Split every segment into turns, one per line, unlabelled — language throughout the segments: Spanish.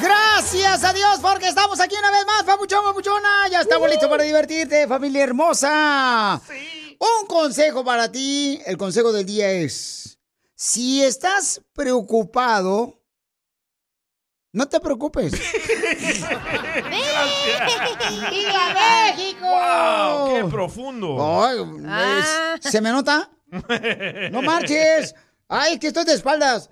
Gracias a Dios porque estamos aquí una vez más, papuchón, papuchona. Ya estamos listos para divertirte, familia hermosa. Un consejo para ti, el consejo del día es, si estás preocupado, no te preocupes.
¡Viva
México!
¡Wow! ¡Qué profundo! Ah.
Ay, ¿ves? ¿Se me nota? No marches. Ay, es que estoy de espaldas.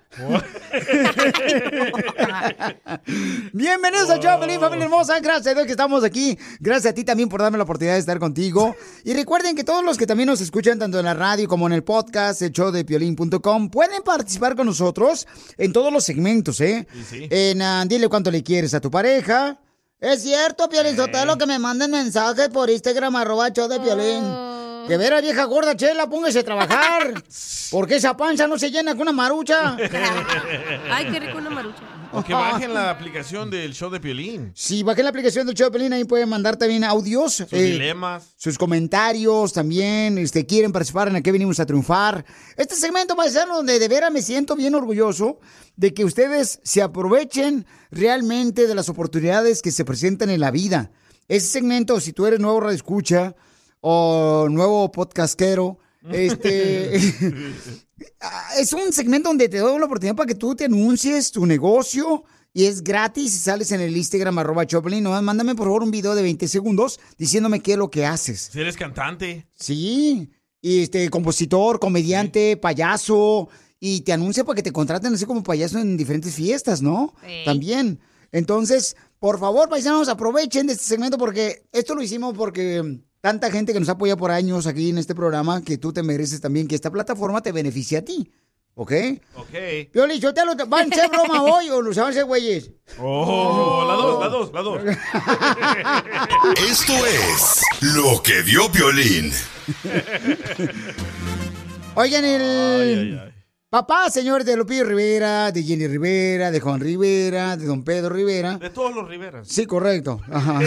Bienvenidos a Chau, Feliz, familia hermosa. Gracias a Dios que estamos aquí. Gracias a ti también por darme la oportunidad de estar contigo. Y recuerden que todos los que también nos escuchan, tanto en la radio como en el podcast, el show de piolín.com, pueden participar con nosotros en todos los segmentos, ¿eh?
Y sí.
En ah, Dile cuánto le quieres a tu pareja. Es cierto, Piolín
Eh.
Sotelo, que me manden mensajes por Instagram, arroba el show de Piolín.
Ah.
De veras, vieja gorda, chela, póngase a trabajar. Porque esa panza no se llena con una marucha.
Ay, qué rico una marucha.
O que bajen la aplicación del show de Piolín.
Sí, bajen la aplicación del show de Pelín, ahí pueden mandar también audios.
Sus
eh,
dilemas.
sus comentarios también, este, quieren participar en el que venimos a triunfar. Este segmento va a ser donde de veras me siento bien orgulloso de que ustedes se aprovechen realmente de las oportunidades que se presentan en la vida. Ese segmento, si tú eres nuevo radioescucha o nuevo podcastero, este... Ah, es un segmento donde te doy la oportunidad para que tú te anuncies tu negocio y es gratis y sales en el Instagram arroba Choplin. Nomás mándame por favor un video de 20 segundos diciéndome qué es lo que haces.
Si eres cantante.
Sí, y este compositor, comediante, payaso y te anuncia para que te contraten así como payaso en diferentes fiestas, ¿no?
Sí.
También. Entonces, por favor, paisanos, aprovechen de este segmento porque esto lo hicimos porque tanta gente que nos apoya por años aquí en este programa que tú te mereces también que esta plataforma te beneficie a ti. ¿Ok?
Oh.
Ok.
Pioli, yo te lo... ¿Van a hacer broma hoy o los van a hacer güeyes?
Oh, la dos, la dos, la dos.
Esto es lo que vio Piolín.
Oigan, el papá, señor, de Lupillo Rivera, de Jenny Rivera, de Juan Rivera, de Don Pedro Rivera.
De todos los Riveras.
Sí, correcto. Ajá.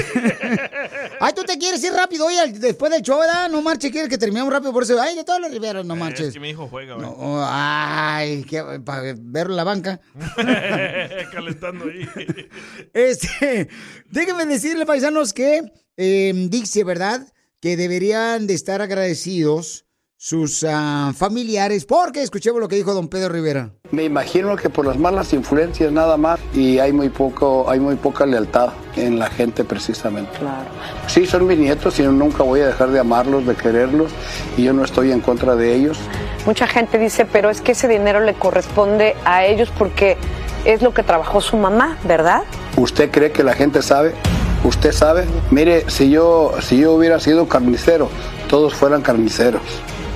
Ay, tú te quieres ir rápido hoy al- después del show, ¿verdad? No marches, quieres que terminemos rápido por eso. Ay, de todos los Rivera, no
Eh, Es
marches.
que mi hijo juega,
No,
güey.
oh, ay, que- para ver la banca.
Calentando ahí.
Este, déjenme decirle, paisanos, que eh, dice, ¿verdad? Que deberían de estar agradecidos sus ah, familiares, porque escuchemos lo que dijo don Pedro Rivera.
Me imagino que por las malas influencias nada más y hay muy poco, hay muy poca lealtad en la gente precisamente. Claro. Sí, son mis nietos y yo nunca voy a dejar de amarlos, de quererlos y yo no estoy en contra de ellos.
Mucha gente dice, pero es que ese dinero le corresponde a ellos porque es lo que trabajó su mamá, ¿verdad?
¿Usted cree que la gente sabe? ¿Usted sabe? Mire, si yo, si yo hubiera sido carnicero, todos fueran carniceros.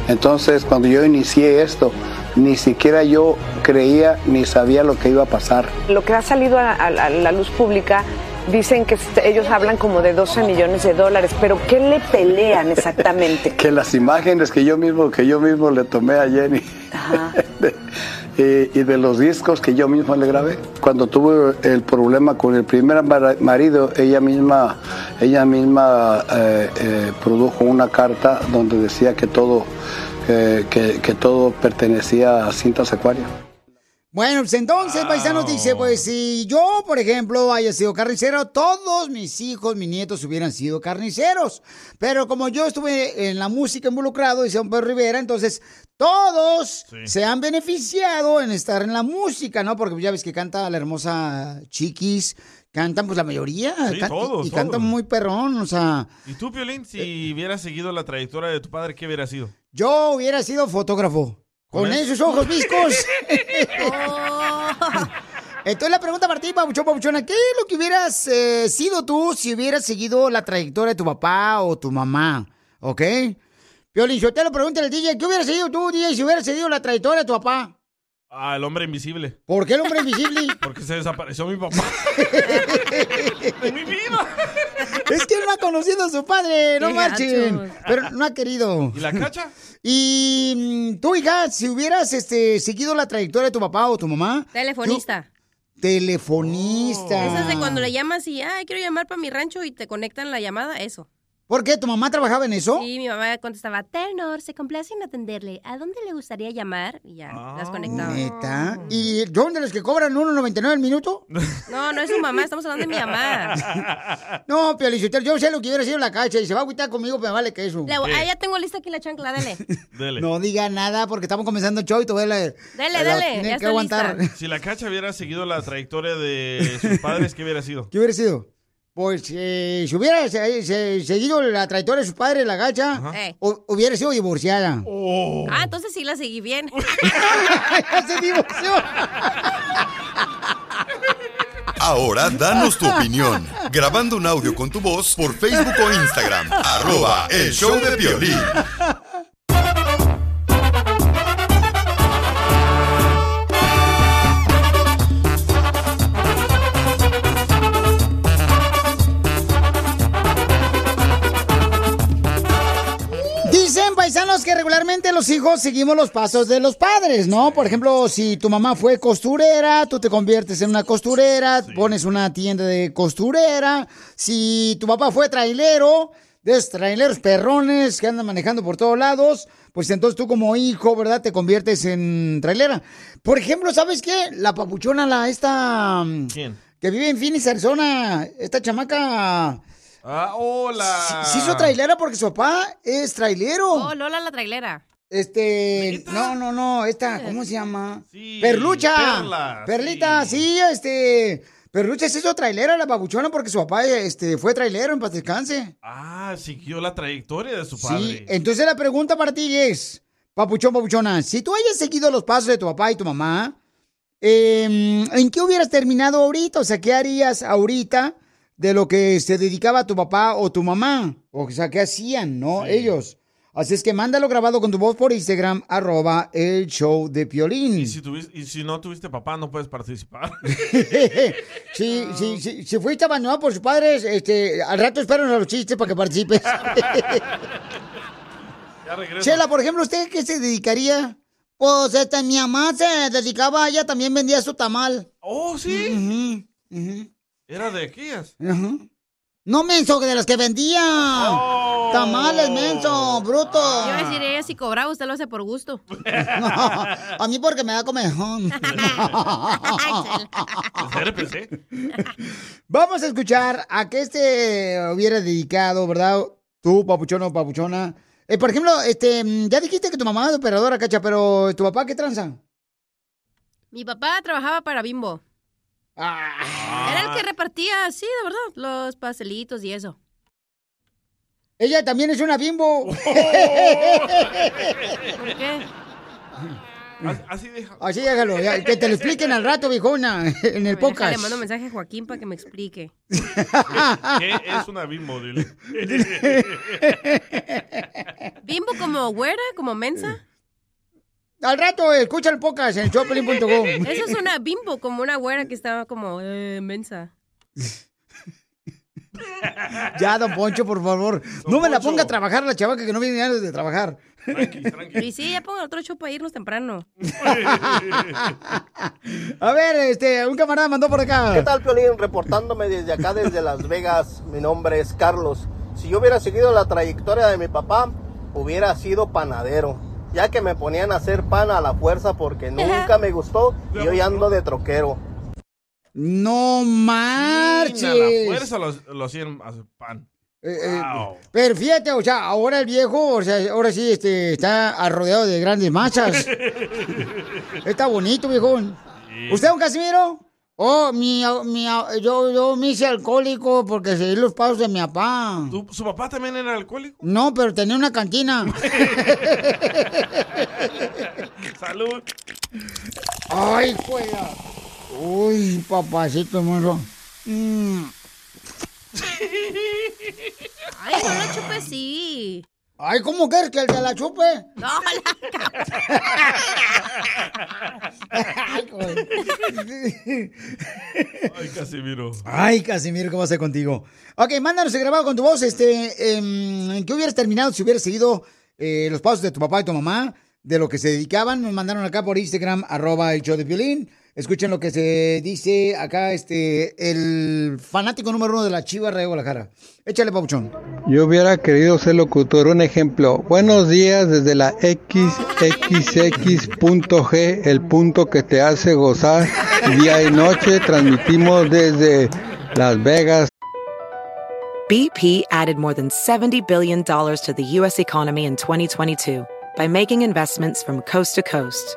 Entonces, cuando yo inicié esto, ni siquiera yo creía ni sabía lo que iba a pasar.
Lo que ha salido a, a- a la luz pública, dicen que est- ellos hablan como de 12 millones de dólares, pero ¿qué le pelean exactamente?
que las imágenes que yo mismo que yo mismo le tomé a Jenny y, y de los discos que yo mismo le grabé cuando tuve el problema con el primer mara- marido ella misma ella misma eh, eh, produjo una carta donde decía que todo eh, que, que todo pertenecía a cintas acuario
Bueno, pues entonces,
Ah,
paisanos, dice, pues si yo, por ejemplo, haya sido carnicero, todos mis hijos, mis nietos hubieran sido carniceros. Pero como yo estuve en la música involucrado, dice don Pedro Rivera, entonces todos se han beneficiado en estar en la música, ¿no? Porque pues, ya ves que canta la hermosa Chiquis, cantan pues la mayoría,
Sí,
can-
todos,
y, y cantan
todos.
muy perrón, o sea,
¿Y tú, Piolín, si
Eh.
hubieras seguido la trayectoria de tu padre, qué hubiera sido?
yo hubiera sido fotógrafo. Con
¿Con él?
esos ojos viscos. Entonces la pregunta para ti, Pabuchón, Pabuchona, ¿qué es lo que hubieras eh, sido tú si hubieras seguido la trayectoria de tu papá o tu mamá? ¿Ok? Piolín, yo te lo pregunto al DJ, ¿qué hubieras sido tú, DJ, si hubieras seguido la trayectoria de tu papá?
Ah, el hombre invisible.
¿Por qué el hombre invisible?
Porque se desapareció mi papá.
Es que él no ha conocido a su padre, no
Qué
marchen.
gachos.
Pero no ha querido.
¿Y la cacha?
Y mm, tú, hija, si hubieras este, seguido la trayectoria de tu papá o tu mamá.
Telefonista.
tú- telefonista.
Esas de cuando le llamas y, ay, quiero llamar para mi rancho y te conectan la llamada, eso.
¿Por qué? ¿Tu mamá trabajaba en eso?
Y mi mamá contestaba, Ternor, se complace en atenderle. ¿A dónde le gustaría llamar? Y ya, las conectaba.
Neta. ¿Y yo de los que cobran 1.99 el minuto?
No, no es su mamá, estamos hablando de mi mamá.
No, Piolichotero, yo sé lo que hubiera sido la cacha y se va a agüitar conmigo, pero me vale que eso. Eh,
Le- ah, ya tengo lista aquí la chancla, dale.
No diga nada porque estamos comenzando el show y te voy a... Dale,
Dale, dale, ya
que
estoy
aguantar.
Si la cacha hubiera seguido la trayectoria de sus padres, ¿qué hubiera sido?
¿Qué hubiera sido? Pues eh, si hubiera se- se- seguido la trayectoria de su padre, la gacha,
Eh.
hu- hubiera sido divorciada.
Ah, entonces sí la seguí bien.
Oh. ya se divorció.
Ahora danos tu opinión. Grabando un audio con tu voz por Facebook o Instagram. Arroba el show de violín.
Dicen paisanos que regularmente los hijos seguimos los pasos de los padres, ¿no? Por ejemplo, si tu mamá fue costurera, tú te conviertes en una costurera, pones una tienda de costurera. Si tu papá fue trailero, de esos traileros perrones que andan manejando por todos lados, pues entonces tú como hijo, ¿verdad? Te conviertes en trailera. Por ejemplo, ¿sabes qué? La papuchona, la esta...
¿Quién?
Que vive en Phoenix, Arizona, esta chamaca...
Ah, hola.
Se hizo trailera porque su papá es trailero.
Oh, Lola la trailera.
Este, no, no, no, esta, ¿cómo se llama?
Sí,
Perlucha.
Perla,
Perlita, sí. este, Perlucha se hizo trailera la babuchona porque su papá este fue trailero en paz descanse.
Ah, siguió la trayectoria de su
Sí, eh.
padre.
entonces la pregunta para ti es, papuchón, papuchona, si tú hayas seguido los pasos de tu papá y tu mamá, em, ¿en qué hubieras terminado ahorita? O sea, ¿qué harías ahorita de lo que se dedicaba tu papá o tu mamá? O sea, ¿qué hacían, no? Ellos. Así es que mándalo grabado con tu voz por Instagram, arroba el show de Piolín.
Si tuvis- y si no tuviste papá, no puedes participar.
si, si, si, si fuiste abandonado por sus padres, este, al rato esperan a los chistes para que participes.
Ya regreso.
Chela, por ejemplo, ¿usted qué se dedicaría? Pues este, mi mamá se dedicaba, ella también vendía su tamal.
Oh, sí. Era de aquellas.
No menso, de las que vendía. Tamales, menso, bruto.
Oh. Ah. Yo iba a decir, ella si cobraba, usted lo hace por gusto.
No, a mí porque me da comejón.
¿eh?
Vamos a escuchar a qué este hubiera dedicado, ¿verdad? Tú, papuchona o papuchona. Eh, por ejemplo, este, mm, ya dijiste que tu mamá es operadora, cacha, pero ¿tu papá qué tranza?
Mi papá trabajaba para Bimbo.
Ah.
Era el que repartía, sí, de verdad, los pastelitos y eso.
Ella también es una bimbo.
¿Por qué?
Así deja.
Así déjalo, ya, que te lo expliquen al rato, viejona, en el
Le
podcast.
mando mensaje a Joaquín para que me explique.
¿Qué es una bimbo, dile?
¿Bimbo como güera, como mensa?
Al rato, escucha el podcast en showpelín.com.
Eso es una bimbo, como una güera que estaba como eh, mensa.
Ya, don Poncho, por favor. no me la ponga a trabajar la chavaca que no viene ganas de trabajar.
Y sí, ya pongo otro show para irnos temprano.
A ver, este, un camarada mandó por acá.
¿Qué tal, Piolín? Reportándome desde acá, desde Las Vegas. Mi nombre es Carlos. Si yo hubiera seguido la trayectoria de mi papá, hubiera sido panadero. Ya que me ponían a hacer pan a la fuerza porque nunca me gustó y hoy ando de troquero.
No
Ni a la
marches.
fuerza lo, lo hacían a su pan.
Eh, eh, pero fíjate, o sea, ahora el viejo, o sea, ahora sí este, está rodeado de grandes masas. está bonito, viejón. ¿Usted, don Casimiro? Oh, mi, mi- yo, yo me hice alcohólico porque seguí los pasos de mi papá.
¿Su papá también era alcohólico?
No, pero tenía una cantina.
Salud.
Ay, juega. Uy, papacito hermoso. Mm.
Ay, no la chupé, sí.
Ay, ¿cómo quieres que el que la chupe?
No, la
Ay, güey.
Ay, Casimiro.
Ay, Casimiro, ¿qué va a hacer contigo? Ok, mándanos el grabado con tu voz. Este, em, ¿Qué hubieras terminado si hubieras seguido eh, los pasos de tu papá y tu mamá? De lo que se dedicaban. Nos mandaron acá por Instagram, arroba el show de violín. Escuchen lo que se dice acá este, el fanático número uno de la Chiva Rey Guadalajara. Échale, Pauchón.
Yo hubiera querido ser locutor. Un ejemplo. Buenos días desde la XXX.g, el punto que te hace gozar. Día y noche transmitimos desde Las Vegas.
BP added more than $70 billion to the U.S. economy in 2022 by making investments from coast to coast.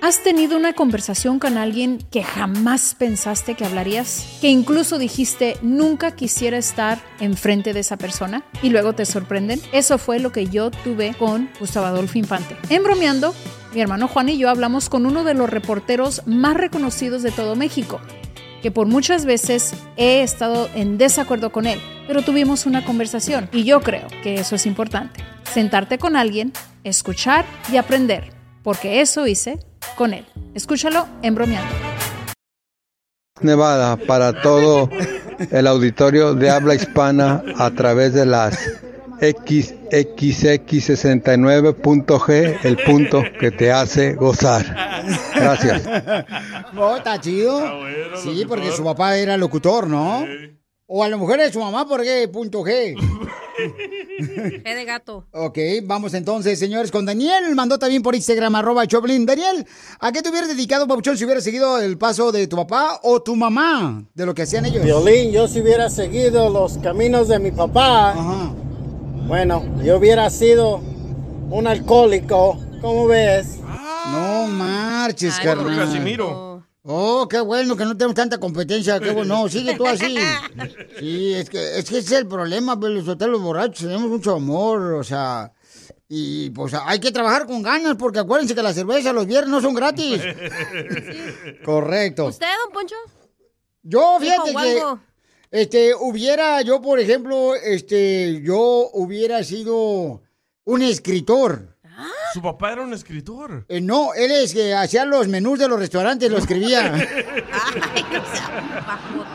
¿Has tenido una conversación con alguien que jamás pensaste que hablarías? ¿Que incluso dijiste nunca quisiera estar enfrente de esa persona? ¿Y luego te sorprenden? Eso fue lo que yo tuve con Gustavo Adolfo Infante. En bromeando, mi hermano Juan y yo hablamos con uno de los reporteros más reconocidos de todo México que por muchas veces he estado en desacuerdo con él, pero tuvimos una conversación y yo creo que eso es importante. Sentarte con alguien, escuchar y aprender, porque eso hice con él. Escúchalo en bromeando.
Nevada para todo el auditorio de habla hispana a través de las XXX69.g, el punto que te hace gozar. Gracias.
No, está chido. sí, porque su papá era locutor, ¿no? O a lo mejor es su mamá porque punto G.
G de gato.
Ok, vamos entonces, señores, con Daniel. Mandó también por Instagram, arroba Choplin. Daniel, ¿a qué te hubieras dedicado, Papuchón, si hubieras seguido el paso de tu papá o tu mamá? De lo que hacían ellos.
Violín, yo si hubiera seguido los caminos de mi papá, bueno, yo hubiera sido un alcohólico, ¿cómo ves?
No marches,
Ay,
carnal.
Ah, otro Casimiro.
Oh, qué bueno que no tenemos tanta competencia, qué bueno. No, sigue tú así. Sí, es que, es que ese es el problema, pues, los hoteles borrachos tenemos mucho amor, o sea. Y pues hay que trabajar con ganas, porque acuérdense que la cerveza los viernes no son gratis. Correcto.
¿Usted, don Poncho?
Yo,
Dijo
fíjate que.
algo.
Este, hubiera, yo, por ejemplo, este, yo hubiera sido un escritor.
Su papá era un escritor.
Eh, no, él es que hacía los menús de los restaurantes, lo escribía.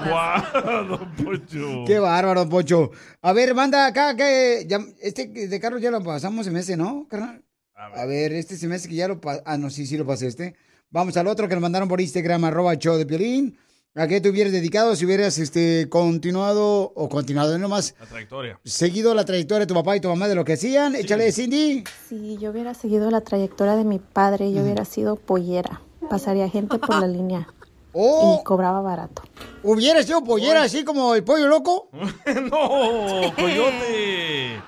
¡Guau, don Poncho!
Qué bárbaro, Pocho. A ver, manda acá que ya- este de Carlos ya lo pasamos en ese, ¿no, carnal? A ver. este se me hace que ya lo pasé. Ah, no, sí, sí lo pasé este. Vamos al otro que nos mandaron por Instagram, arroba show de Piolín. ¿A qué te hubieras dedicado si hubieras este, continuado o continuado nomás?
La trayectoria.
Seguido la trayectoria de tu papá y tu mamá de lo que hacían. Échale, Cindy.
Si yo hubiera seguido la trayectoria de mi padre, yo hubiera sido pollera. Pasaría gente por la línea.
Oh.
Y cobraba barato.
¿Hubieras sido pollera así como el pollo loco?
¡Oh, ¡No! ¡Coyote!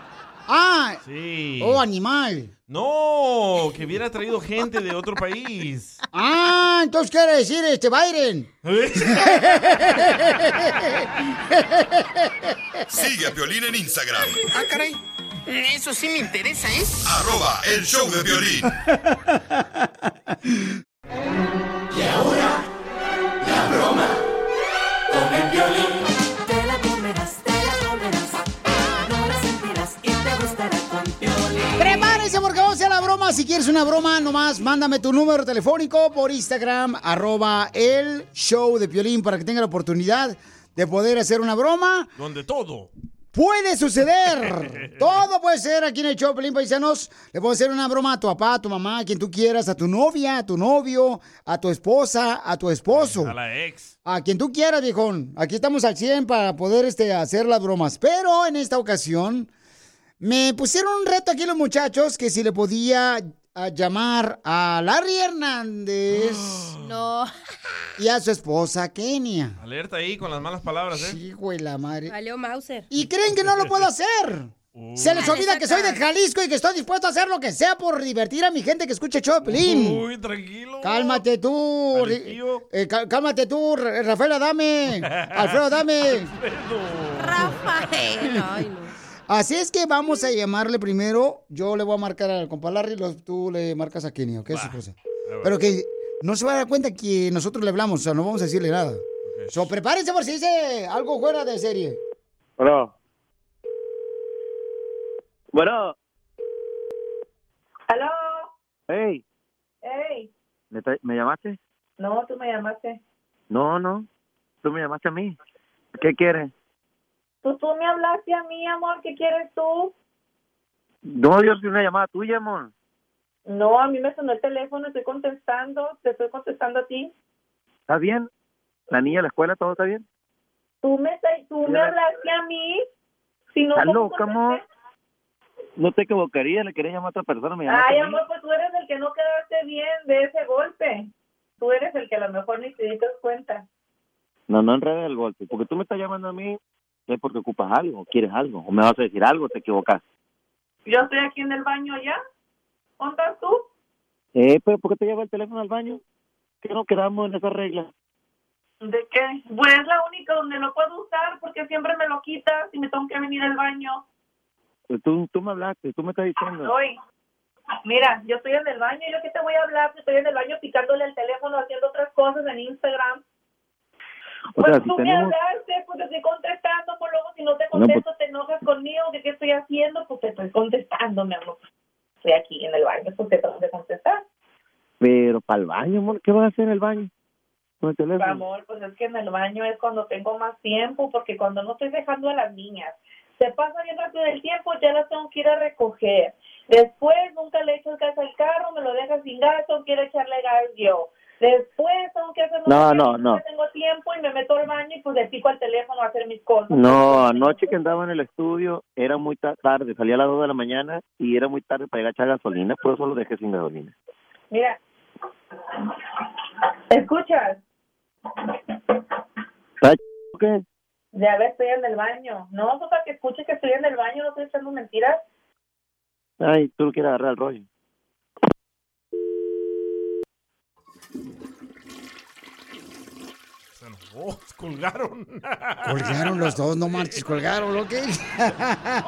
¡Ah!
Sí.
¡Oh, animal!
No, que hubiera traído gente de otro país.
Ah, entonces quiere decir este Biden.
Sigue a Piolín en Instagram,
Ah, caray. Eso sí me interesa, ¿eh?
arroba el show de Piolín.
Te la comerás, te la comerás. No la sentirás y te gustará con Piolín.
Prepárense porque vamos a hacer la broma. Si quieres una broma, nomás mándame tu número telefónico por Instagram, arroba el show de Piolín, para que tenga la oportunidad de poder hacer una broma.
Donde todo.
Puede suceder. Todo puede ser aquí en el show, Pelín Paisanos. Le puedo hacer una broma a tu papá, a tu mamá, a quien tú quieras, a tu novia, a tu novio, a tu esposa, a tu esposo.
A la ex.
A quien tú quieras, viejón. Aquí estamos al 100 para poder este, hacer las bromas. Pero en esta ocasión me pusieron un reto aquí los muchachos que si le podía a llamar a Larry Hernández
No.
y a su esposa Kenia.
Alerta ahí con las malas palabras, ¿eh?
Hijo de la madre.
Valió Mauser.
¿Y creen que no lo puedo hacer? Se les
Ah,
olvida que soy de Jalisco y que estoy dispuesto a hacer lo que sea por divertir a mi gente que escuche Choplin.
Uy, tranquilo.
Cálmate tú, Ri- eh, cá- cálmate tú, Ra- Rafael Adame, Alfredo Adame.
Rafael. Ay, no.
Así es que vamos a llamarle primero. Yo le voy a marcar al compa Larry, lo- tú le marcas a Kenny, ¿ok? Su esposa. Pero que no se va a dar cuenta que nosotros le hablamos, o sea, no vamos a decirle nada. So, prepárense por si dice algo fuera de serie.
Bueno. Bueno.
¿Aló?
Hey,
Hey.
¿me, tra- me llamaste?
No, tú me llamaste.
No, no. Tú me llamaste a mí. ¿Qué quieres?
Tú, tú me hablaste a mí, amor. ¿Qué quieres tú?
No, yo soy una llamada tuya, amor.
No, a mí me sonó el teléfono. Estoy contestando. Te estoy contestando a ti.
¿Está bien? ¿La niña de la escuela, todo está bien?
Tú me, estás- tú me
Ya.
hablaste a mí. Si no,
¿Estás
¿cómo
loca, amor? No te equivocaría, le quería llamar a otra persona, me llamaste
Ay,
a mí.
amor, pues tú eres el que no quedaste bien de ese golpe. Tú eres el que a lo mejor ni te diste cuenta.
No, no enredes el golpe. Porque tú me estás llamando a mí es porque ocupas algo, quieres algo, o me vas a decir algo, te equivocas.
Yo estoy aquí en el baño ya. ¿Dónde estás tú?
Eh, pero ¿por qué te lleva el teléfono al baño? ¿Qué no quedamos en esa regla?
¿De qué? Pues es la única donde lo puedo usar porque siempre me lo quitas y me tengo que venir al baño.
Pues Tú, tú me hablaste, tú me estás diciendo.
Hoy. Mira, yo estoy en el baño. ¿Yo qué te voy a hablar? si Estoy en el baño picándole el teléfono, haciendo otras cosas en Instagram.
O sea,
Pues
si
tú me
Ah, tenemos...
hablaste, pues te estoy contestando. Pues luego si no te
No, pues-
contesto, te enojas conmigo. ¿Qué, ¿Qué estoy haciendo? Pues te estoy contestando, mi amor. Estoy aquí en el baño, pues te tengo que contestar.
Pero para el baño, amor, ¿qué vas a hacer en el baño? Con el teléfono.
Amor, pues es que en el baño es cuando tengo más tiempo, porque cuando no estoy dejando a las niñas, se pasa bien rápido el tiempo, ya las tengo que ir a recoger. Después nunca le echo el gas al carro, me lo deja sin gas, tengo que ir a echarle gas yo. Después tengo que hacer
No,
muchas
no,
cosas,
no.
tengo tiempo y me meto al baño y pues le pico al teléfono a hacer mis cosas.
No, anoche que andaba en el estudio era muy ta- tarde, salí a las 2 de la mañana y era muy tarde para ir a echar gasolina, por eso lo dejé sin gasolina.
Mira, ¿escuchas?
¿Sabes qué?
Ya ves, estoy en el baño. No, pues para que escuches que estoy en el baño, no estoy echando mentiras.
Ay, tú no quieres agarrar el rollo.
Se enojó, Oh, colgaron.
Colgaron los dos, no marches, colgaron, ¿ok?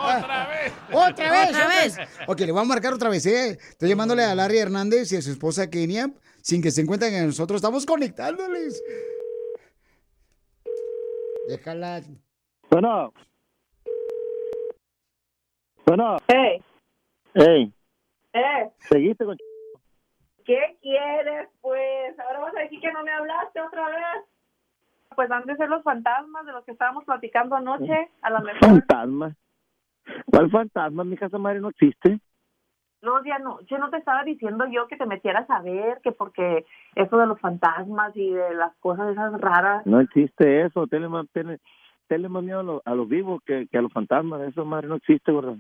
¡Otra
vez!
¡Otra vez!
¡Otra vez!
Ok, le voy a marcar otra vez, ¿eh? Estoy llamándole a Larry Hernández y a su esposa Kenia sin que se encuentren que nosotros estamos conectándoles. Déjala.
Bueno. Bueno.
Hey.
Hey,
Eh,
seguiste con...
¿Qué quieres, pues? Ahora vas a decir que no me hablaste otra vez. Pues han de ser los fantasmas de los que estábamos platicando anoche, a lo mejor.
Fantasma. ¿Cuál fantasma? Mi casa madre no existe.
No, ya no, yo no te estaba diciendo yo que te metieras a ver, que porque eso de los fantasmas y de las cosas esas raras.
No existe eso. Tenle más, tenle- tenle más miedo a los, a los vivos que, que a los fantasmas. Eso madre no existe, gordo.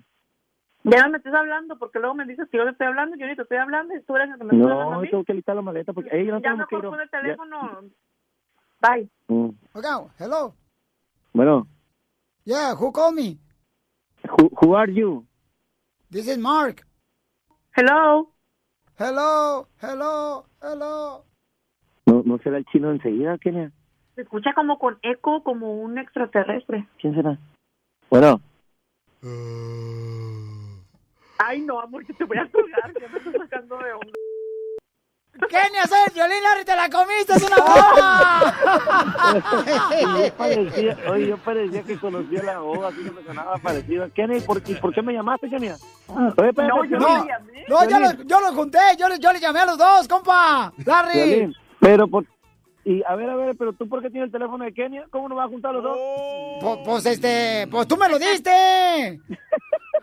Ya no me estás hablando, porque luego me dices que yo te estoy hablando, yo ni te estoy hablando, y tú eres el que me estás hablando a
No,
mí.
tengo que listar la maleta porque... Ey, no
ya
tenemos que
mejor
ir a-
pon el
ya-
teléfono. Bye.
Mm.
Oiga, hello.
Bueno,
Yeah, who called me?
who, who are you?
This is Mark.
Hello.
Hello, hello, hello.
¿No, no será el chino enseguida, Kenia?
Se escucha como con eco, como un extraterrestre.
¿Quién será? Bueno,
Ay, no, amor, que te voy a colgar, ya me estoy sacando de onda.
¡Kenia, soy el violín, Larry, te la comiste, es una bomba!
yo parecía, oye, yo parecía que conocía la voz, así que me sonaba parecido. Kenia, ¿y por, y por qué me llamaste, Kenia?
Ah,
Oye, espérate, Kenia.
no, yo, lo, yo lo junté, yo, le- yo le llamé a los dos, compa. Larry.
Violín, Pero, por, Y a ver, a ver, pero tú por qué tienes el teléfono de Kenia? ¿Cómo nos vas a juntar los dos?
Pues, pues, este, pues tú me lo diste.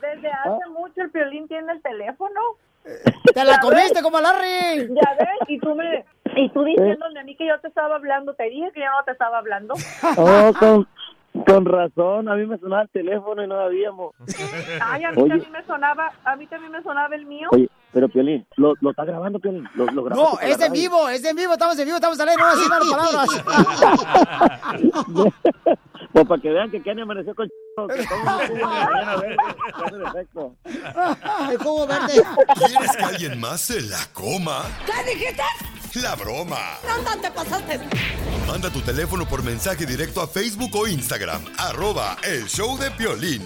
Desde hace mucho el piolín tiene el teléfono.
Ah. Eh, Te la comiste como Larry. Eh.
Ya ves, y tú me y tú diciéndome a mí que yo te estaba hablando, te dije que yo no te estaba hablando.
Oh, con, con razón, a mí me sonaba el teléfono y no sabíamos.
Ay, a mí
Oye.
también me sonaba, a mí también me sonaba el mío.
Oye, pero Piolín, ¿lo, lo está grabando, Piolín? ¿Lo, lo grabaste
No,
por la
es en
radio?
vivo, es en vivo, estamos en vivo, estamos al aire, no así malas palabras.
Pues para que vean que Kenia amaneció con... ch- que todo el mundo estuvo en la mañana, a ver, ¿cuál es el efecto?
El jugo verde.
¿Quieres que alguien más se la coma?
¿Qué dijiste?
La broma.
¡Anda, te pasaste!
Manda tu teléfono por mensaje directo a Facebook o Instagram. Arroba el show de Piolín.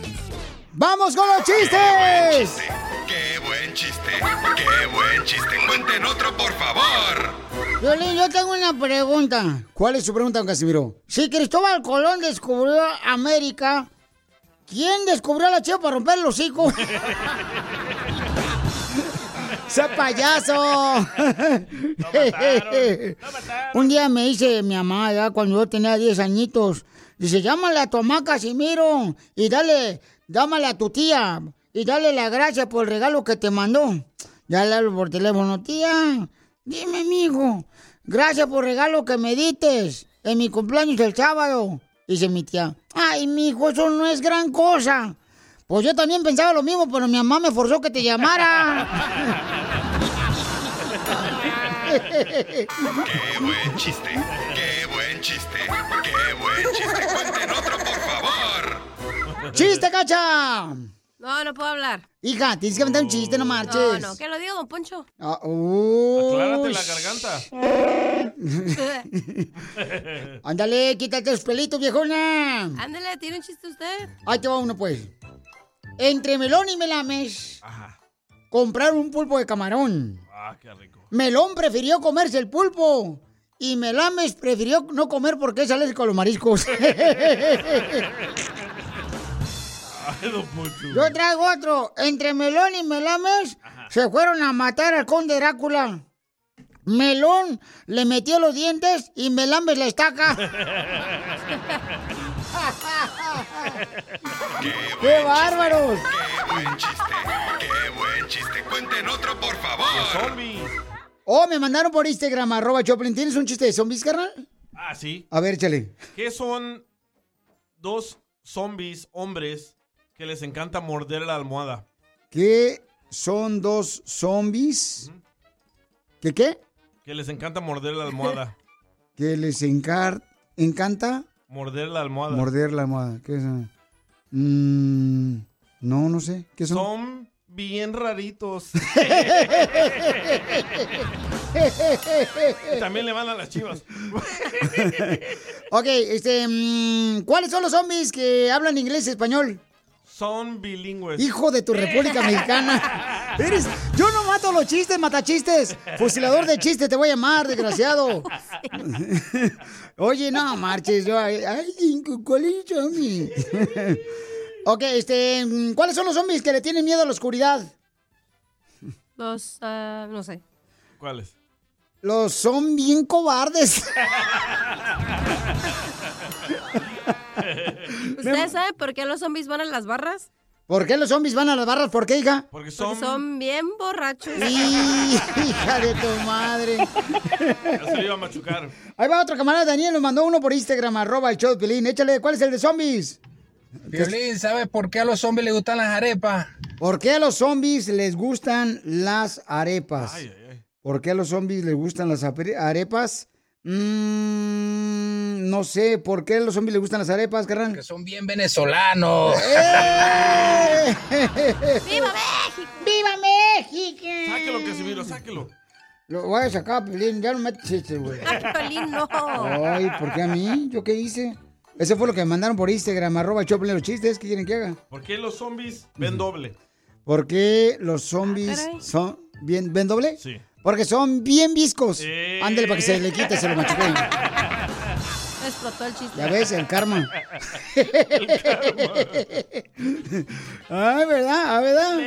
¡Vamos con los chistes!
¡Qué buen chiste! ¡Qué buen chiste! ¡Cuenten otro, por favor!
Violín, yo tengo una pregunta. ¿Cuál es su pregunta, don Casimiro? Si Cristóbal Colón descubrió América, ¿quién descubrió a la chiva para romper el hocico? ¡Sea payaso! Un día me dice mi mamá, ya cuando yo tenía 10 añitos, dice, llámale a tu mamá Casimiro y dale, llámale a tu tía y dale la gracia por el regalo que te mandó. Ya le hablo por teléfono, tía, dime, mijo, gracias por el regalo que me diste en mi cumpleaños el sábado. Dice mi tía, ay, mijo, eso no es gran cosa. Pues yo también pensaba lo mismo, pero mi mamá me forzó que te llamara.
¡Qué buen chiste! ¡Qué buen chiste! ¡Qué buen chiste! ¡Cuenten otro, por favor!
¡Chiste, cacha!
No, no puedo hablar.
Hija, tienes que inventar un chiste, no
No,
marches.
no, que lo diga Don Poncho.
Ah, uy.
Aclárate la garganta.
Ándale, quítate los pelitos, viejona.
Ándale, ¿tiene un chiste usted?
Ahí te va uno, pues. Entre melón y melames, compraron un pulpo de camarón.
Ah, qué rico.
Melón prefirió comerse el pulpo. Y melames prefirió no comer porque es alérgico a los mariscos.
Ay, don Poncho.
Yo traigo otro. Entre Melón y Melames se fueron a matar al conde Drácula. Melón le metió los dientes y Melames la estaca. ¡Qué bárbaros!
¡Qué buen chiste! ¡Qué buen chiste! ¡Cuenten otro, por favor!
Oh, me mandaron por Instagram, arroba Choplin. ¿Tienes un chiste de zombies, carnal?
Ah, sí.
A ver, échale.
¿Qué son dos zombies hombres que les encanta morder la almohada?
¿Qué son dos zombies? ¿Qué qué?
Que les encanta morder la almohada.
Que les encar- encanta
Morder la almohada.
morder la almohada. ¿Qué es? eso? Mm, no, no sé. ¿Qué son?
Son bien raritos. Y también le van a las chivas.
ok, este, mm, ¿cuáles son los zombies que hablan inglés y español?
Son bilingües.
Hijo de tu República Mexicana. Eres, yo no mato los chistes, matachistes. Fusilador de chistes, te voy a llamar, desgraciado. Oye, no, marches. Yo, ay, ay, ¿cuál es el zombie? ok, este, mm, ¿cuáles son los zombies que le tienen miedo a la oscuridad?
Los, ah, no sé.
¿Cuáles?
Los son bien cobardes.
¿Ustedes saben por qué los zombies van a las barras?
¿Por qué los zombies van a las barras? ¿Por qué, hija?
Porque
Porque son bien borrachos.
Hija de tu madre.
Ya se lo iba a machucar.
Ahí va otro camarada, Daniel, nos mandó uno por Instagram, arroba el show de Piolín. Échale, ¿cuál es el de zombies?
Piolín, ¿sabes por qué a los zombies les gustan las arepas?
¿Por qué a los zombies les gustan las arepas? ¿Por qué a los zombies les gustan las apre- arepas? Mm, no sé, ¿por qué a los zombies les gustan las arepas, carnal? Que
son bien venezolanos.
¡Viva México! ¡Eh! ¡Viva México!
Sáquelo, Casimiro, sáquelo.
Lo voy a sacar, Piolín, ya no me chistes, güey.
Piolín, no.
Ay, ¿por qué a mí? ¿Yo qué hice? Eso fue lo que me mandaron por Instagram, arroba el show de Piolín, los chistes, ¿qué quieren que haga?
¿Por qué los zombies ven doble?
¿Por qué los zombies
caray.
son bien ven doble?
Sí.
Porque son bien viscos. Ándale para que se le quite, se lo machuquen.
Me Explotó el chiste.
Ya ves, el karma. Ay, ¿verdad? Ah, ¿verdad?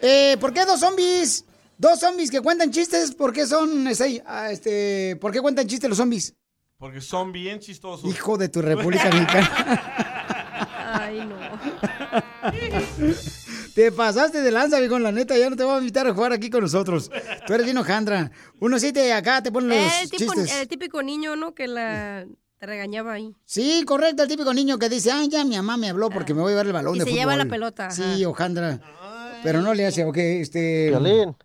Eh, ¿Por qué dos zombies Dos zombies que cuentan chistes, ¿por qué son este, ah, este, por qué cuentan chistes los zombies?
Porque son bien chistosos.
Hijo de tu República Dominicana.
Ay, no.
Te pasaste de lanza, viejo, la neta, ya no te voy a invitar a jugar aquí con nosotros. Tú eres bien hojandra. Uno sí te acá te ponen los
El, tipo-
chistes.
el típico niño, ¿no? Que la te regañaba ahí.
Sí, correcto, el típico niño que dice, ah, ya mi mamá me habló porque me voy a llevar el balón
Y
de
se
fútbol.
lleva la pelota, ajá.
Sí, Ojandra. Pero no le hace, ok, este...
Piolín.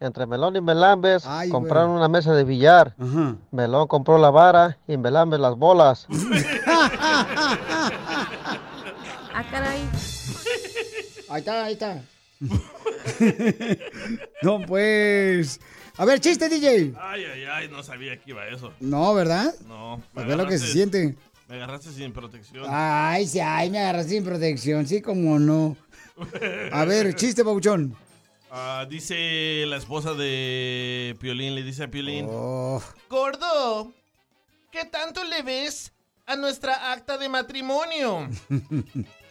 Entre Melón y Melambes compraron una mesa de billar. Melón compró la vara y Melambes las bolas.
Ah, caray.
Ahí está, ahí está. no, pues... A ver, chiste, DJ.
Ay, ay, ay, no sabía que iba eso.
No, ¿verdad?
No. me
A ver lo que se
agarraste-
siente.
Me agarraste sin protección.
Ay, sí, ay, me agarraste sin protección, sí, como no. A ver, chiste, Pabuchón.
Ah, dice la esposa de Piolín, le dice a Piolín.
Oh.
Gordo, ¿qué tanto le ves a nuestra acta de matrimonio?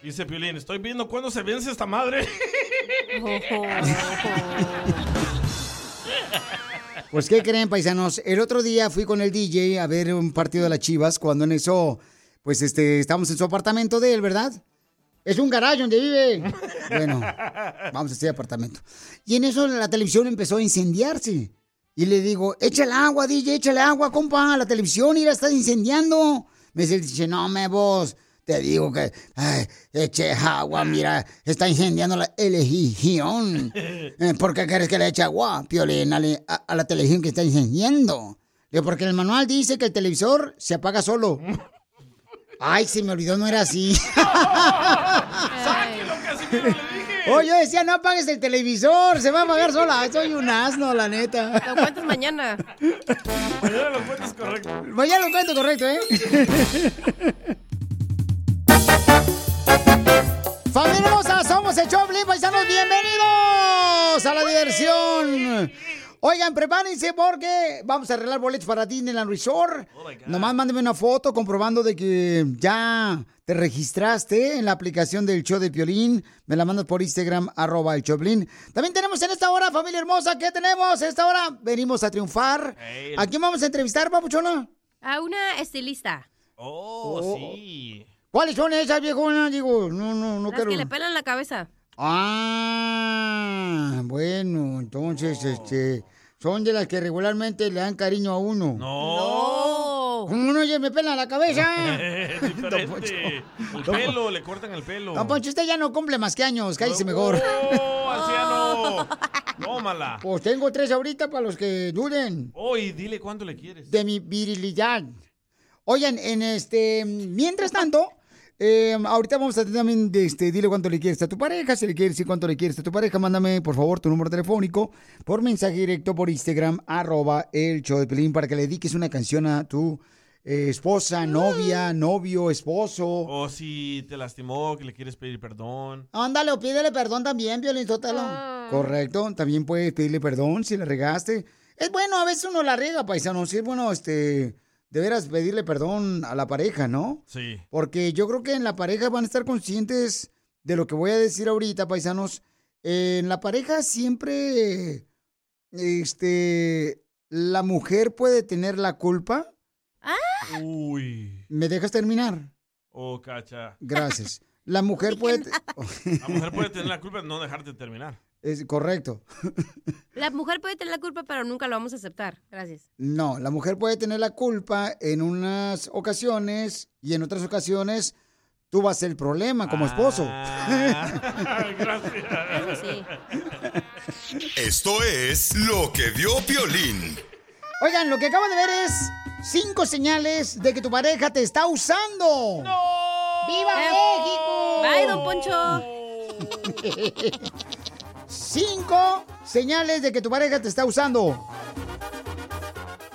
Dice Piolín, estoy viendo cuándo se vence esta madre.
Pues, ¿qué creen, paisanos? El otro día fui con el DJ a ver un partido de las Chivas cuando en eso, pues, este, estamos en su apartamento de él, ¿verdad? Es un garaje donde vive. Bueno, vamos a este apartamento. Y en eso la televisión empezó a incendiarse. Y le digo, échale agua, DJ, échale agua, compa, la televisión ya está incendiando. Me dice, dice, no me vos, te digo que ay, eche agua, mira, está incendiando la televisión. Eh, ¿Por qué quieres que le eche agua, Piolín, a, le- a- a la televisión que está incendiando? Le digo, porque el manual dice que el televisor se apaga solo. Ay, se me olvidó, no era así. Oye, yo decía, no apagues el televisor, se va a apagar sola. Ay, Soy un asno, la neta.
Lo cuentas mañana.
Mañana lo cuentas correcto.
Mañana lo cuento correcto, ¿eh? ¡Familia hermosa! ¡Somos el Choplin, paisanos! ¡Bienvenidos a la diversión! Oigan, prepárense porque vamos a arreglar boletos para Disneyland Resort. Nomás mándeme una foto comprobando de que ya te registraste en la aplicación del show de Piolín. Me la mandas por Instagram, arroba el Choplin. También tenemos en esta hora, familia hermosa, ¿qué tenemos? En esta hora venimos a triunfar. ¿A quién vamos a entrevistar, papuchona?
A una estilista.
Oh, sí.
¿Cuáles son esas, viejona? Digo, no, no, no
las
quiero...
que le pelan la cabeza.
Ah, bueno, entonces, este, son de las que regularmente le dan cariño a uno.
No.
¿Cómo no? Ya me pela la cabeza.
Es diferente. El
Don
pelo, le cortan el pelo.
Don Poncho, usted ya no cumple más que años, cállese mejor.
¡Oh, anciano! Tómala.
Pues tengo tres ahorita para los que duden
Hoy, dile cuánto le quieres.
de mi virilidad. Oigan, en este, mientras tanto, eh, ahorita vamos a tener también, de este, dile cuánto le quieres a tu pareja, si le quieres decir cuánto le quieres a tu pareja, mándame por favor tu número telefónico por mensaje directo por Instagram, arroba el show de Pelín, para que le dediques una canción a tu eh, esposa, novia, novio, esposo.
O si te lastimó, que le quieres pedir perdón.
Ándale, o pídele perdón también, Violín Sotelo. Correcto, también puedes pedirle perdón si le regaste. Es bueno, a veces uno la riega, paisano. Sí, es bueno, este, de veras pedirle perdón a la pareja, ¿no?
Sí.
Porque yo creo que en la pareja van a estar conscientes de lo que voy a decir ahorita, paisanos. Eh, en la pareja siempre, este, la mujer puede tener la culpa.
Uy.
¿Me dejas terminar?
Oh, cacha.
Gracias. La mujer puede...
La mujer puede tener la culpa de no dejarte terminar.
Es correcto.
La mujer puede tener la culpa, pero nunca lo vamos a aceptar. Gracias.
No, la mujer puede tener la culpa en unas ocasiones y en otras ocasiones tú vas a ser el problema como esposo.
Gracias.
Esto es lo que vio Piolín.
Oigan, lo que acabo de ver es cinco señales de que tu pareja te está usando. ¡Viva México!
Eh, Bye, don Poncho.
Cinco señales de que tu pareja te está usando.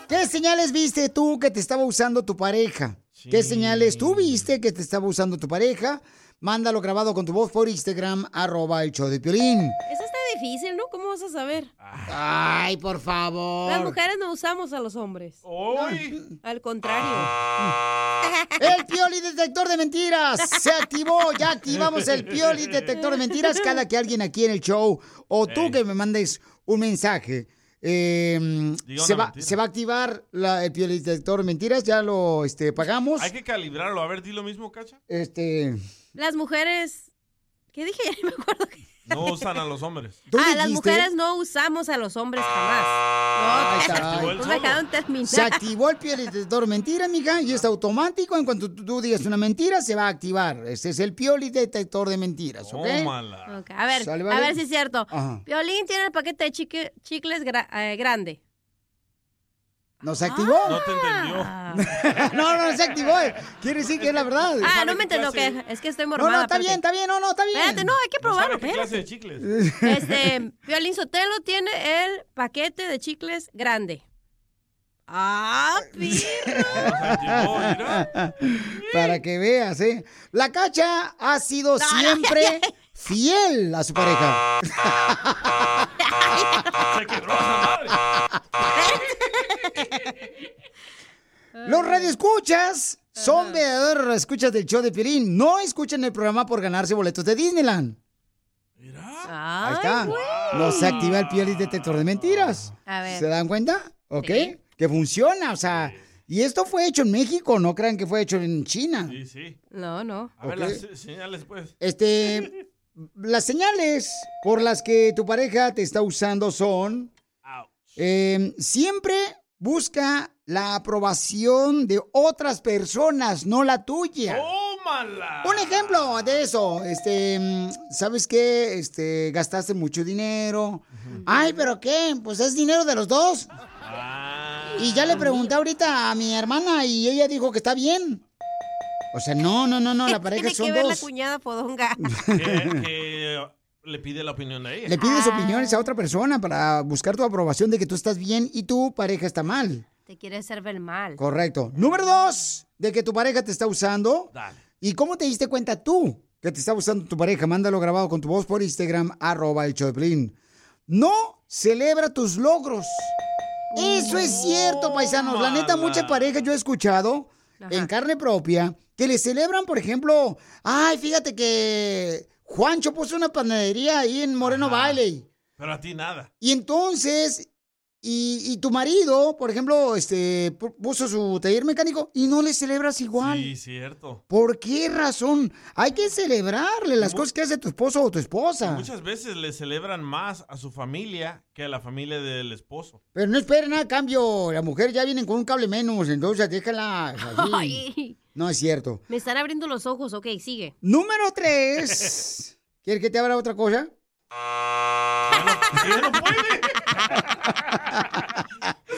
¿Qué señales viste tú que te estaba usando tu pareja? ¿Qué señales tú viste que te estaba usando tu pareja? Mándalo grabado con tu voz por Instagram, arroba el show de Piolín.
Eso está difícil, ¿no? ¿Cómo vas a saber?
Ay, por favor.
Las mujeres no usamos a los hombres. Al contrario.
El Pioli Detector de Mentiras se activó. Ya activamos el Pioli Detector de Mentiras cada que alguien aquí en el show o tú que me mandes un mensaje. eh,
Diga
se,
una
va, se va a activar la- el Pioli Detector de Mentiras. Ya lo este, pagamos.
Hay que calibrarlo. A ver, di lo mismo, Cacha.
Este,
Las mujeres. ¿Qué dije? Ya ni me acuerdo.
No usan a los hombres.
Ah, las mujeres no usamos a los hombres
Ahí
jamás.
está.
No, no me dejaron terminar.
Se activó el Pioli Detector de Mentiras, mija, y es automático. En cuanto tú- tú digas una mentira, se va a activar. Este es el Pioli Detector de Mentiras, ¿ok?
Ok, A ver,
Sale,
a
vale.
ver si es cierto.
Ajá.
Violín tiene el paquete de chique- chicles gra- eh, grande.
¿Nos activó?
No
te
entendió. no, no, se activó. eh. Quiere decir que es la verdad.
Ah, no me entendió que es que estoy mormada.
No, no, está
espérate.
bien, está bien, no, no, está bien.
Espérate, no, hay que probarlo.
¿Qué
espérate.
clase de chicles?
Este, Violín Sotelo tiene el paquete de chicles grande. Ah,
Para que veas, ¿eh? La cacha ha sido siempre fiel a su pareja. Los radioescuchas son verdaderos radioescuchas del show de Pirín. No escuchan el programa por ganarse boletos de Disneyland. Ahí está. No se activa el piel detector de mentiras.
A ver.
¿Se
Eh.
dan cuenta? ¿Ok? Que funciona, o sea. Y esto fue hecho en México, no crean que fue hecho en China.
Sí, sí.
No, no.
A ver
Ok.
las se- señales, pues.
Este, las señales por las que tu pareja te está usando son, eh, siempre busca la aprobación de otras personas, no la tuya.
Oh.
¡Tómala!
Un ejemplo de eso, este, mm, ¿sabes qué? Este, gastaste mucho dinero. Ay, pero qué, pues es dinero de los dos.
Ah.
Y ya le pregunté ahorita a mi hermana y ella dijo que está bien. O sea, no, no, no, no, la pareja
tiene
son
que ver la
dos.
cuñada podonga.
Que, que le pide la opinión de ella.
Le pides opiniones a otra persona para buscar tu aprobación de que tú estás bien y tu pareja está mal.
Te quiere hacer ver mal.
Correcto. Número dos, de que tu pareja te está usando. ¿Y cómo te diste cuenta tú que te está usando tu pareja? Mándalo grabado con tu voz por Instagram, arroba el Choplin. No celebra tus logros. Eso es cierto, paisanos. La neta, muchas parejas yo he escuchado en carne propia que le celebran, por ejemplo, ay, fíjate que Juancho puso una panadería ahí en Moreno Valley.
Pero a ti nada.
Y entonces, y, y tu marido, por ejemplo, este pu- puso su taller mecánico y no le celebras igual.
Sí, cierto.
¿Por qué razón? Hay que celebrarle las cosas que hace tu esposo o tu esposa.
Muchas veces le celebran más a su familia que a la familia del esposo.
Pero no esperen nada a cambio. La mujer ya vienen con un cable menos, entonces déjala. Pues así.
Ay,
No es cierto.
me están abriendo los ojos. Ok, sigue.
Número tres. ¿Quieres que te abra otra cosa?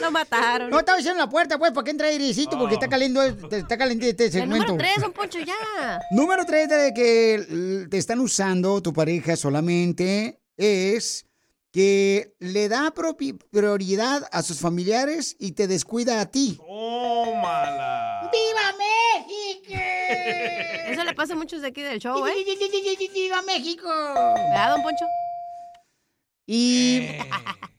Lo mataron.
No estaba diciendo la puerta, pues, para que entre airecito, porque está caliente, está caliente este
El
segmento.
número tres, don Poncho, ya.
Número tres de que l- te están usando tu pareja solamente es que le da propi- prioridad a sus familiares y te descuida a ti.
¡Tómala!
¡Viva México!
Eso le pasa a muchos de aquí del show, ¿eh?
¡Viva México!
¿Verdad, don Poncho?
Y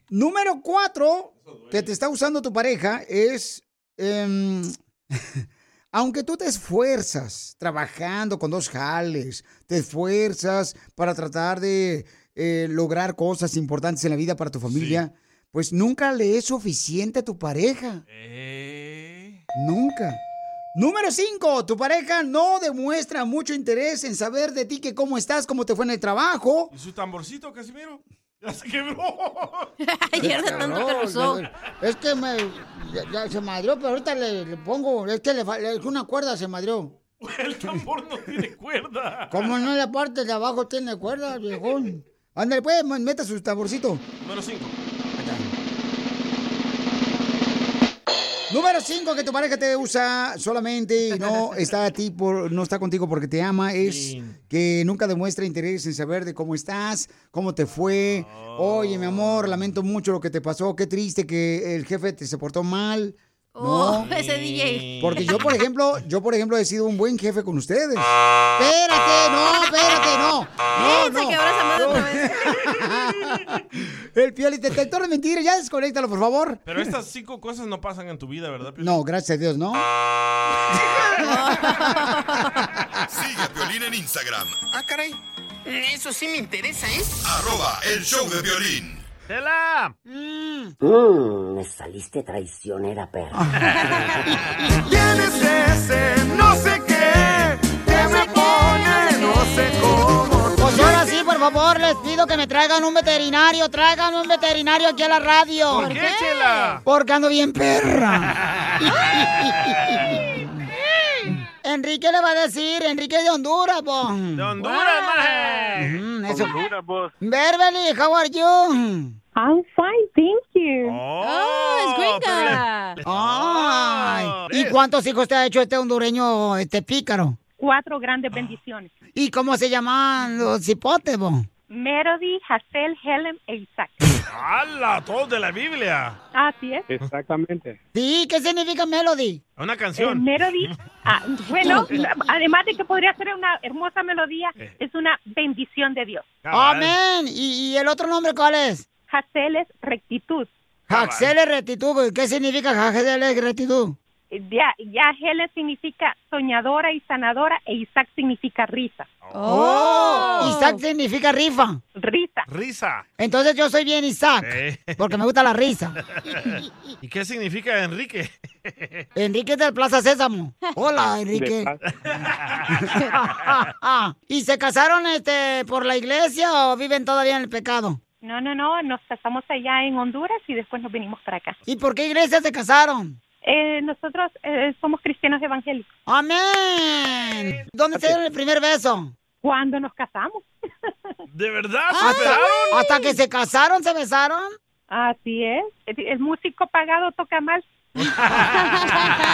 número cuatro que te está usando tu pareja es, em, aunque tú te esfuerzas trabajando con dos jales, te esfuerzas para tratar de eh, lograr cosas importantes en la vida para tu familia, pues nunca le es suficiente a tu pareja. Nunca. Número 5. Tu pareja no demuestra mucho interés en saber de ti que cómo estás, cómo te fue en el trabajo.
¿Y su tamborcito, Casimiro? ¡Ya se quebró!
Ayer de tanto que rozó. Es que me. Ya, ya se madrió, pero ahorita le, le pongo. Es que le, fa- le- una cuerda se madrió.
El tambor no tiene cuerda.
Como no la parte de abajo tiene cuerda, viejón. Ándale, pues, man, meta su taborcito.
Número 5.
Número 5, que tu pareja te usa solamente y no está a ti por, no está contigo porque te ama, es que nunca demuestra interés en saber de cómo estás, cómo te fue. Oye, mi amor, lamento mucho lo que te pasó, qué triste que el jefe te se portó mal.
Oh,
no,
ese DJ.
porque yo, por ejemplo, yo, por ejemplo, he sido un buen jefe con ustedes. Espérate, no, espérate, no. No,
Se
no.
quebró esa madre otra vez.
El pioli detector de mentiras, ya desconéctalo, por favor.
Pero estas cinco cosas no pasan en tu vida, ¿verdad, Piolín?
No, gracias a Dios, ¿no?
Sigue a Piolín en Instagram,
Ah, caray. Eso sí me interesa, ¿eh?
arroba el show de violín.
¡Tela!
Mm.
Mmm, me saliste traicionera, perro.
¿Quién es ese? No sé qué. Que me pone, no sé cómo.
Pues ahora sí, por favor, les pido que me traigan un veterinario. Traigan un veterinario aquí a la radio.
¿Por qué, Chela?
Porque ando bien perra. Enrique le va a decir, Enrique de Honduras, pues. po. De
Honduras, maje.
Mm, eso.
Honduras, vos.
Beverly, how are you? I'm fine, thank you.
Oh, es gringa.
Ay, ¿y cuántos hijos te ha hecho este hondureño, este pícaro?
Cuatro grandes bendiciones.
¿Y cómo se llaman los hipotes, po?
Melody, Hazel, Helen e Isaac.
¡Hala! Todos de la Biblia.
Así es.
Exactamente.
Sí, ¿qué significa Melody?
Una
Eh,
canción.
Melody, ah, bueno,
eh,
además de que podría ser una hermosa melodía,
Eh.
es una bendición de Dios.
Amén. ¿Y, y el otro nombre cuál es?
Hazel es rectitud.
Haxel es rectitud. ¿Qué significa Haxel es rectitud?
Eh, Ya, ya Helen significa soñadora y sanadora e Isaac significa risa.
Oh. Isaac significa rifa.
Risa.
Risa.
Entonces yo soy bien Isaac, porque me gusta la risa.
¿Y qué significa Enrique?
Enrique es del Plaza Sésamo. Hola, Enrique. ¿Y se casaron este por la iglesia o viven todavía en el pecado?
No, no, no, nos casamos allá en Honduras y después nos venimos para acá.
¿Y por qué iglesia se casaron?
nosotros eh, somos cristianos evangélicos.
¡Amén! ¿Dónde se dieron el primer beso?
Cuando nos casamos.
¿De verdad?
¿Se
esperaron?
¿Hasta que se casaron, se besaron?
Así es. El, el músico pagado toca mal.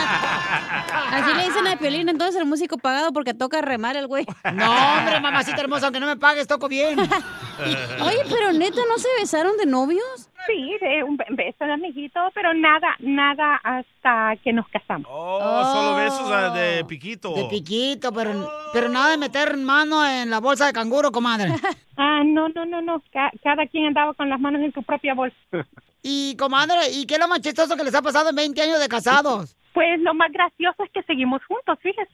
Así le dicen a Piolín entonces el músico pagado porque toca remar el güey.
No, hombre, mamacita hermosa, aunque no me pagues, toco bien.
Oye, pero neta, ¿no se besaron de novios?
Sí, de un be- beso de amiguito, pero nada, nada hasta que nos casamos.
Oh, solo besos ah, de
Oh.
piquito.
De piquito, pero, pero nada de meter mano en la bolsa de canguro, comadre.
Ah, no, no, no, no. Ca- cada quien andaba con las manos en su propia bolsa.
Y, comadre, ¿y qué es lo más chistoso que les ha pasado en 20 años de casados?
Pues lo más gracioso es que seguimos juntos, fíjese.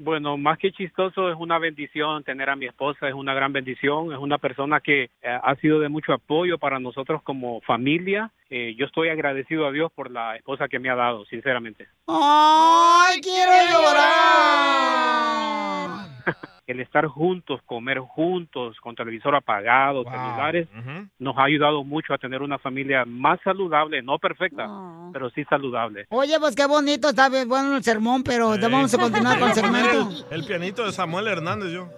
Bueno, más que chistoso, es una bendición tener a mi esposa, es una gran bendición, es una persona que eh, ha sido de mucho apoyo para nosotros como familia. Eh, yo estoy agradecido a Dios por la esposa que me ha dado, sinceramente.
¡Ay, quiero llorar!
El estar juntos, comer juntos, con televisor apagado, celulares, nos ha ayudado mucho a tener una familia más saludable, no perfecta, pero sí saludable.
Oye, pues qué bonito, está bien bueno el sermón, pero ya vamos a continuar con el segmento.
El, el pianito de Samuel Hernández, yo.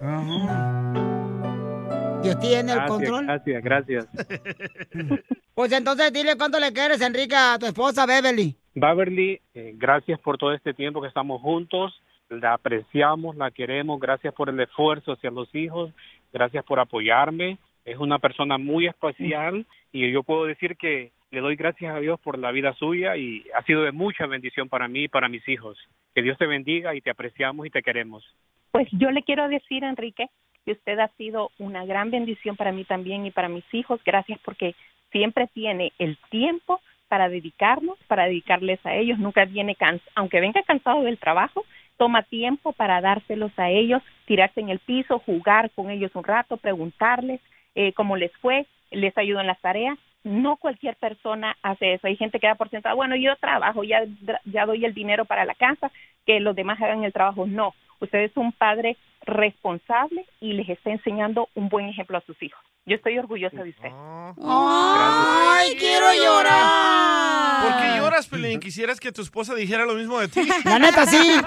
Dios tiene el control.
Gracias, gracias.
Pues entonces dile cuánto le quieres, Enrique, a tu esposa, Beverly.
Beverly, eh, gracias por todo este tiempo que estamos juntos. La apreciamos, la queremos. Gracias por el esfuerzo hacia los hijos. Gracias por apoyarme. Es una persona muy especial y yo puedo decir que le doy gracias a Dios por la vida suya y ha sido de mucha bendición para mí y para mis hijos. Que Dios te bendiga y te apreciamos y te queremos.
Pues yo le quiero decir, Enrique, que usted ha sido una gran bendición para mí también y para mis hijos. Gracias porque siempre tiene el tiempo para dedicarnos, para dedicarles a ellos. Nunca viene cansado, aunque venga cansado del trabajo, toma tiempo para dárselos a ellos, tirarse en el piso, jugar con ellos un rato, preguntarles eh, cómo les fue, les ayudo en las tareas. No cualquier persona hace eso. Hay gente que da por sentado, bueno, yo trabajo, ya, ya doy el dinero para la casa, que los demás hagan el trabajo. No, usted es un padre responsable y les está enseñando un buen ejemplo a sus hijos. Yo estoy orgullosa de usted.
Ah.
¡Ay, quiero llorar!
¿Por qué lloras, Pelín? ¿Quisieras que tu esposa dijera lo mismo de ti?
La neta, sí.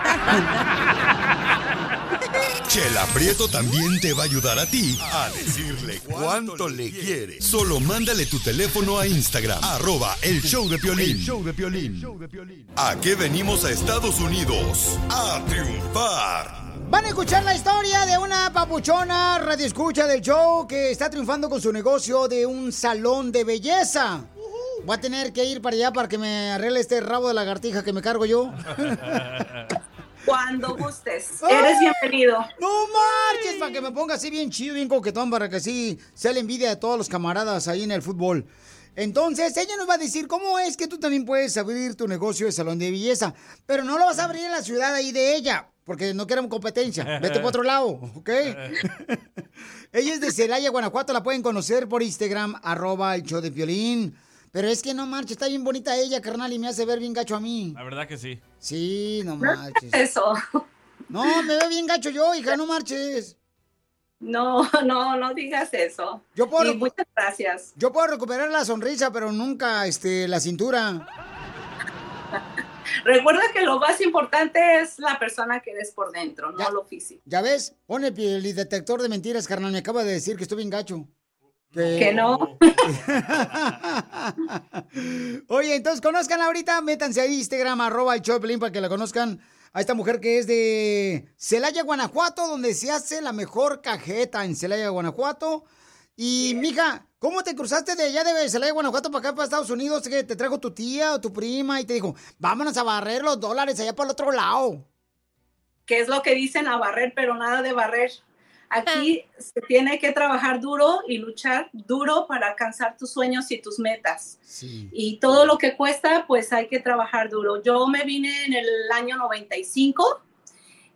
Chela Prieto también te va a ayudar a ti a decirle cuánto le quiere. Solo mándale tu teléfono a Instagram, arroba el show de Piolín.
El show
de Piolín. ¿A qué venimos a Estados Unidos? A triunfar.
Van a escuchar la historia de una papuchona radioescucha del show que está triunfando con su negocio de un salón de belleza. Voy a tener que ir para allá para que me arregle este rabo de lagartija que me cargo yo.
Cuando gustes. Eres bienvenido.
¡No marches! Para que me ponga así bien chido, bien coquetón, para que así sea la envidia de todos los camaradas ahí en el fútbol. Entonces, ella nos va a decir cómo es que tú también puedes abrir tu negocio de salón de belleza, pero no lo vas a abrir en la ciudad ahí de ella, porque no queremos competencia. Vete para otro lado, ¿ok? ella es de Celaya, Guanajuato, la pueden conocer por Instagram, arroba el show de Piolín. Pero es que no marches, está bien bonita ella, carnal, y me hace ver bien gacho a mí.
La verdad que sí.
Sí, no marches.
Eso.
No, me veo bien gacho yo, hija, no marches.
No, no, no digas eso.
Yo puedo,
Y muchas gracias.
Yo puedo recuperar la sonrisa, pero nunca este, la cintura.
Recuerda que lo más importante es la persona que eres por dentro, no lo físico.
Ya ves, pone el detector de mentiras, carnal. Me acaba de decir que estoy bien gacho.
Que no.
Oye, entonces conozcan ahorita, métanse a Instagram, arroba el Choplin para que la conozcan. A esta mujer que es de Celaya, Guanajuato, donde se hace la mejor cajeta en Celaya, Guanajuato. Y, mija, ¿cómo te cruzaste de allá de Celaya, Guanajuato, para acá, para Estados Unidos? Que te trajo tu tía o tu prima y te dijo, vámonos a barrer los dólares allá por el otro lado.
que es lo que dicen a barrer, pero nada de barrer. Aquí se tiene que trabajar duro y luchar duro para alcanzar tus sueños y tus metas. Y todo lo que cuesta, pues hay que trabajar duro. Yo me vine en el año 95.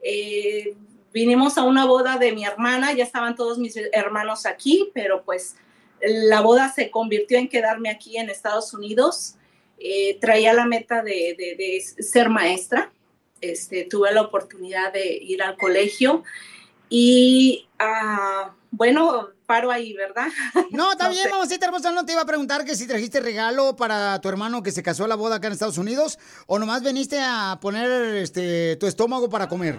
eh, vinimos a una boda de mi hermana, ya estaban todos mis hermanos aquí, pero pues la boda se convirtió en quedarme aquí en Estados Unidos. Eh, traía la meta de- de- de ser maestra este, tuve la oportunidad de ir al colegio y ah, bueno, paro ahí, ¿verdad?
No, está bien, mamacita hermosa, no te iba a preguntar que si trajiste regalo para tu hermano que se casó a la boda acá en Estados Unidos o nomás veniste a poner este, tu estómago para comer.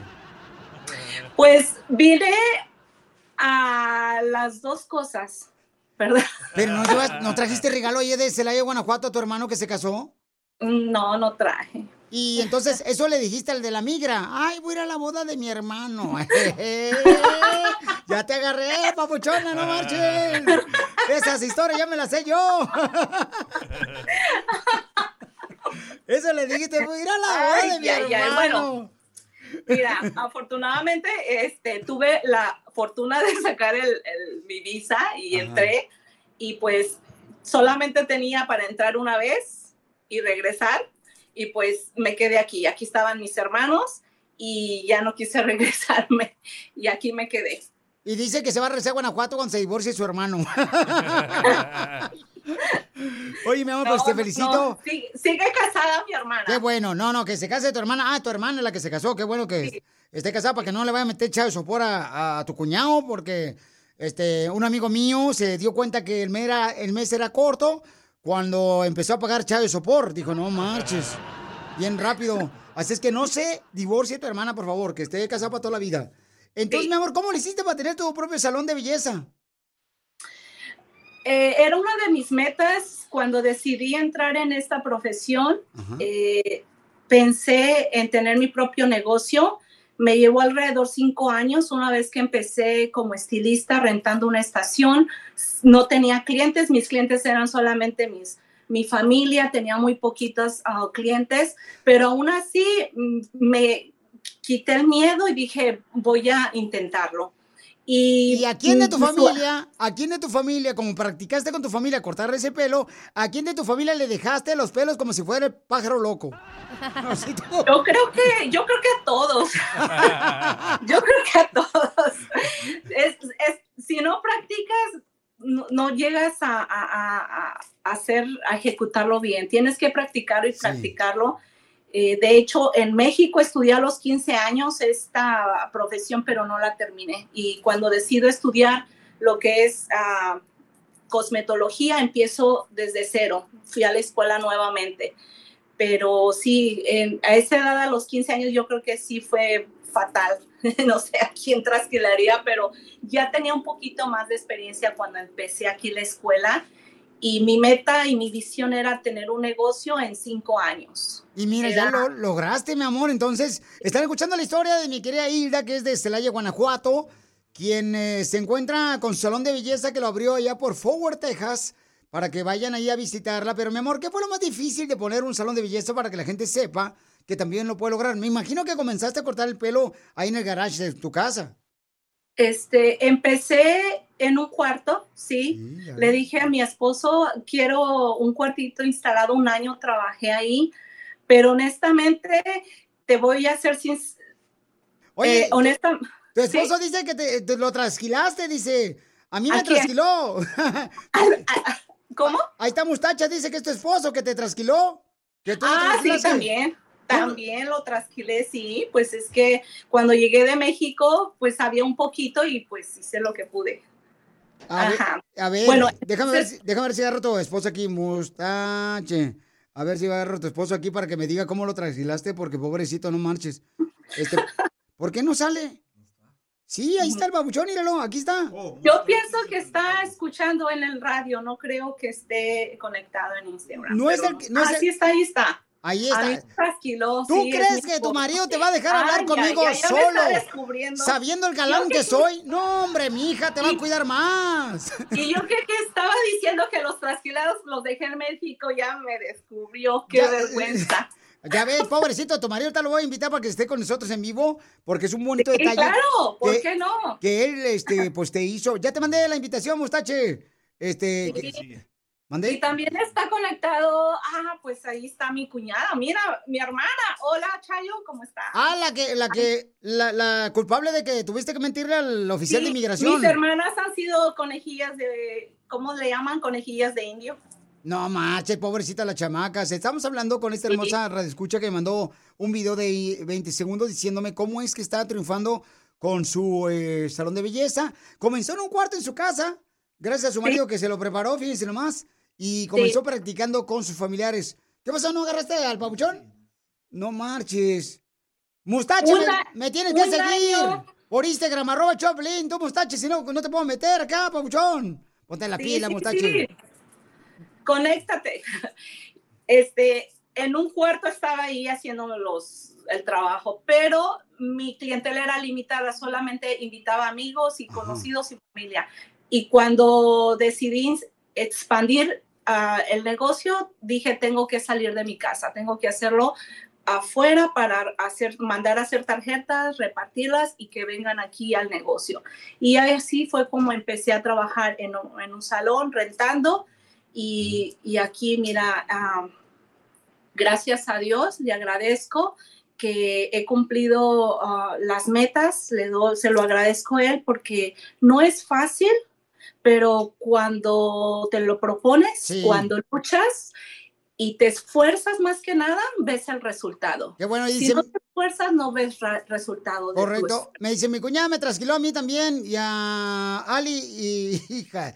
Pues vine a las dos cosas, ¿verdad?
Pero no, llevas- ¿no trajiste regalo ayer de Celaya, Guanajuato a tu hermano que se casó.
No, no traje.
Y entonces eso le dijiste al de la migra. Ay, voy a ir a la boda de mi hermano. ya te agarré, papuchona, no marches. Esas historias ya me las sé yo. Eso le dijiste, voy a ir a la boda
Ay,
de mi
ya, ya,
hermano.
bueno. Mira, afortunadamente este, tuve la fortuna de sacar el, el- mi visa y
Ajá.
entré y pues solamente tenía para entrar una vez y regresar y pues me quedé aquí. Aquí estaban mis hermanos y ya no quise regresarme y aquí me quedé.
Y dice que se va a regresar a Guanajuato cuando se divorcie su hermano. Oye, mi amor, pues te
No,
felicito.
no, sigue, sigue casada mi hermana.
Qué bueno, no, no, que se case tu hermana. Ah, tu hermana es la que se casó, qué bueno que esté casada para que no le vaya a meter chavo de sopor a, a tu cuñado, porque este, un amigo mío se dio cuenta que el mes era, el mes era corto cuando empezó a pagar chavo de sopor. Dijo, no marches, bien rápido. Así es que no se divorcie tu hermana, por favor, que esté casada para toda la vida. Entonces, mi amor, ¿cómo le hiciste para tener tu propio salón de belleza?
Eh, era una de mis metas cuando decidí entrar en esta profesión. Eh, pensé en tener mi propio negocio. Me llevó alrededor cinco años una vez que empecé como estilista rentando una estación. No tenía clientes, mis clientes eran solamente mis, mi familia, tenía muy poquitos ah, clientes, pero aún así mm, me quité el miedo y dije, voy a intentarlo. ¿Y,
¿Y a quién de tu familia, a quién de tu familia, como practicaste con tu familia cortar ese pelo, a quién de tu familia le dejaste los pelos como si fuera el pájaro loco?
Yo creo que, yo creo que a todos. Yo creo que a todos. Es, es- si no practicas, no, no llegas a, a- a- a hacer, a ejecutarlo bien. Tienes que practicarlo y practicarlo. Eh, de hecho, en México estudié a los 15 años esta profesión, pero no la terminé. Y cuando decido estudiar lo que es ah, cosmetología, empiezo desde cero. Fui a la escuela nuevamente pero sí, en- a esa edad, a los 15 años, yo creo que sí fue fatal. no sé a quién trasquilaría, pero ya tenía un poquito más de experiencia cuando empecé aquí la escuela y mi meta y mi visión era tener un negocio en cinco años.
Y mira, ya
Era-
lo lograste, mi amor. Entonces, están escuchando la historia de mi querida Hilda, que es de Celaya, Guanajuato, quien eh, se encuentra con su salón de belleza que lo abrió allá por Forward, Texas, para que vayan ahí a visitarla. Pero, mi amor, ¿qué fue lo más difícil de poner un salón de belleza para que la gente sepa que también lo puede lograr. Me imagino que comenzaste a cortar el pelo ahí en el garage de tu casa.
Este, empecé en un cuarto, sí.
ya
Le
ves.
dije a mi esposo, quiero un cuartito instalado, un año trabajé ahí, pero honestamente te voy a ser sin Eh,
Oye,
honesta.
Tu esposo dice que te, te lo trasquilaste, dice. A mí me
¿A quién?
trasquiló.
¿Cómo?
Ahí está Mustacha, dice que es tu esposo que te trasquiló. Que tú lo
Ah, sí,
trasquilaste.
también. También lo trasquilé, sí. Pues es que cuando llegué de México, pues había un poquito y pues hice lo que pude.
A ver,
Ajá.
a ver,
Bueno,
déjame, ver, si- déjame ver si agarro tu esposo aquí, Mustache. A ver si agarro tu esposo aquí para que me diga cómo lo trasquilaste, porque pobrecito, no marches. Este, ¿Por qué no sale? Sí, ahí está el babuchón, míralo, aquí está.
Yo pienso que está escuchando en el radio, no creo que esté conectado en Instagram.
No es
pero
el que- no es
Ah,
el-
sí está, ahí está.
Ahí
A mí
está.
me trasquiló,
¿Tú
sí, es mi
crees que tu
esposo.
marido te va a dejar hablar
Ay, ya,
conmigo
ya, ya me
solo?
está descubriendo.
Sabiendo el galán
Yo
que soy. No, hombre, mi hija te va a cuidar más.
Y yo que, que estaba diciendo que los trasquilados los dejé en México, ya me descubrió, qué
Ya-
vergüenza.
Ya ves, pobrecito, tu marido te lo voy a invitar para que esté con nosotros en vivo, porque es un bonito
Sí,
detalle.
claro, ¿por
que-
qué no?
Que él, este, pues te hizo. Ya te mandé la invitación, mustache. Este, que- mandé.
Y también está conectado, ah, pues ahí está mi cuñada, mira, mi hermana, hola Chayo, ¿cómo está?
Ah, la que, la que, la, la culpable de que tuviste que mentirle al oficial
Sí,
de inmigración.
Mis hermanas han sido conejillas de, ¿cómo le llaman? Conejillas de indio.
No manches, pobrecita la chamaca. Se- Estamos hablando con esta hermosa radioescucha que me mandó un video de 20 segundos diciéndome cómo es que está triunfando con su eh, salón de belleza. Comenzó en un cuarto en su casa, gracias a su marido que se lo preparó, fíjense nomás, y comenzó
Sí.
practicando con sus familiares. ¿Qué pasó? ¿No agarraste al papuchón? No marches. Mustache,
Una-
me, me tienes que
un
seguir.
año.
Por Instagram, arroba Choplin, tú mustache, si no, no te puedo meter acá, papuchón. Ponte la
Sí,
pila,
sí,
mustache.
sí. Conéctate. Este, en un cuarto estaba ahí haciendo los, el trabajo, pero mi clientela era limitada, solamente invitaba amigos y conocidos y familia. Y cuando decidí expandir ah, el negocio, dije, tengo que salir de mi casa, tengo que hacerlo afuera para hacer, mandar a hacer tarjetas, repartirlas y que vengan aquí al negocio. Y así fue como empecé a trabajar en un, en un salón rentando y, y aquí, mira, ah, gracias a Dios, le agradezco que he cumplido ah, las metas, le do- se lo agradezco a él porque no es fácil, pero cuando te lo propones, cuando luchas y te esfuerzas más que nada, ves el resultado.
Qué bueno,
si
dice-
no te esfuerzas, no ves ra- resultado. de tu
Correcto. Me dice, mi cuñada me trasquiló a mí también y a Ali y hija.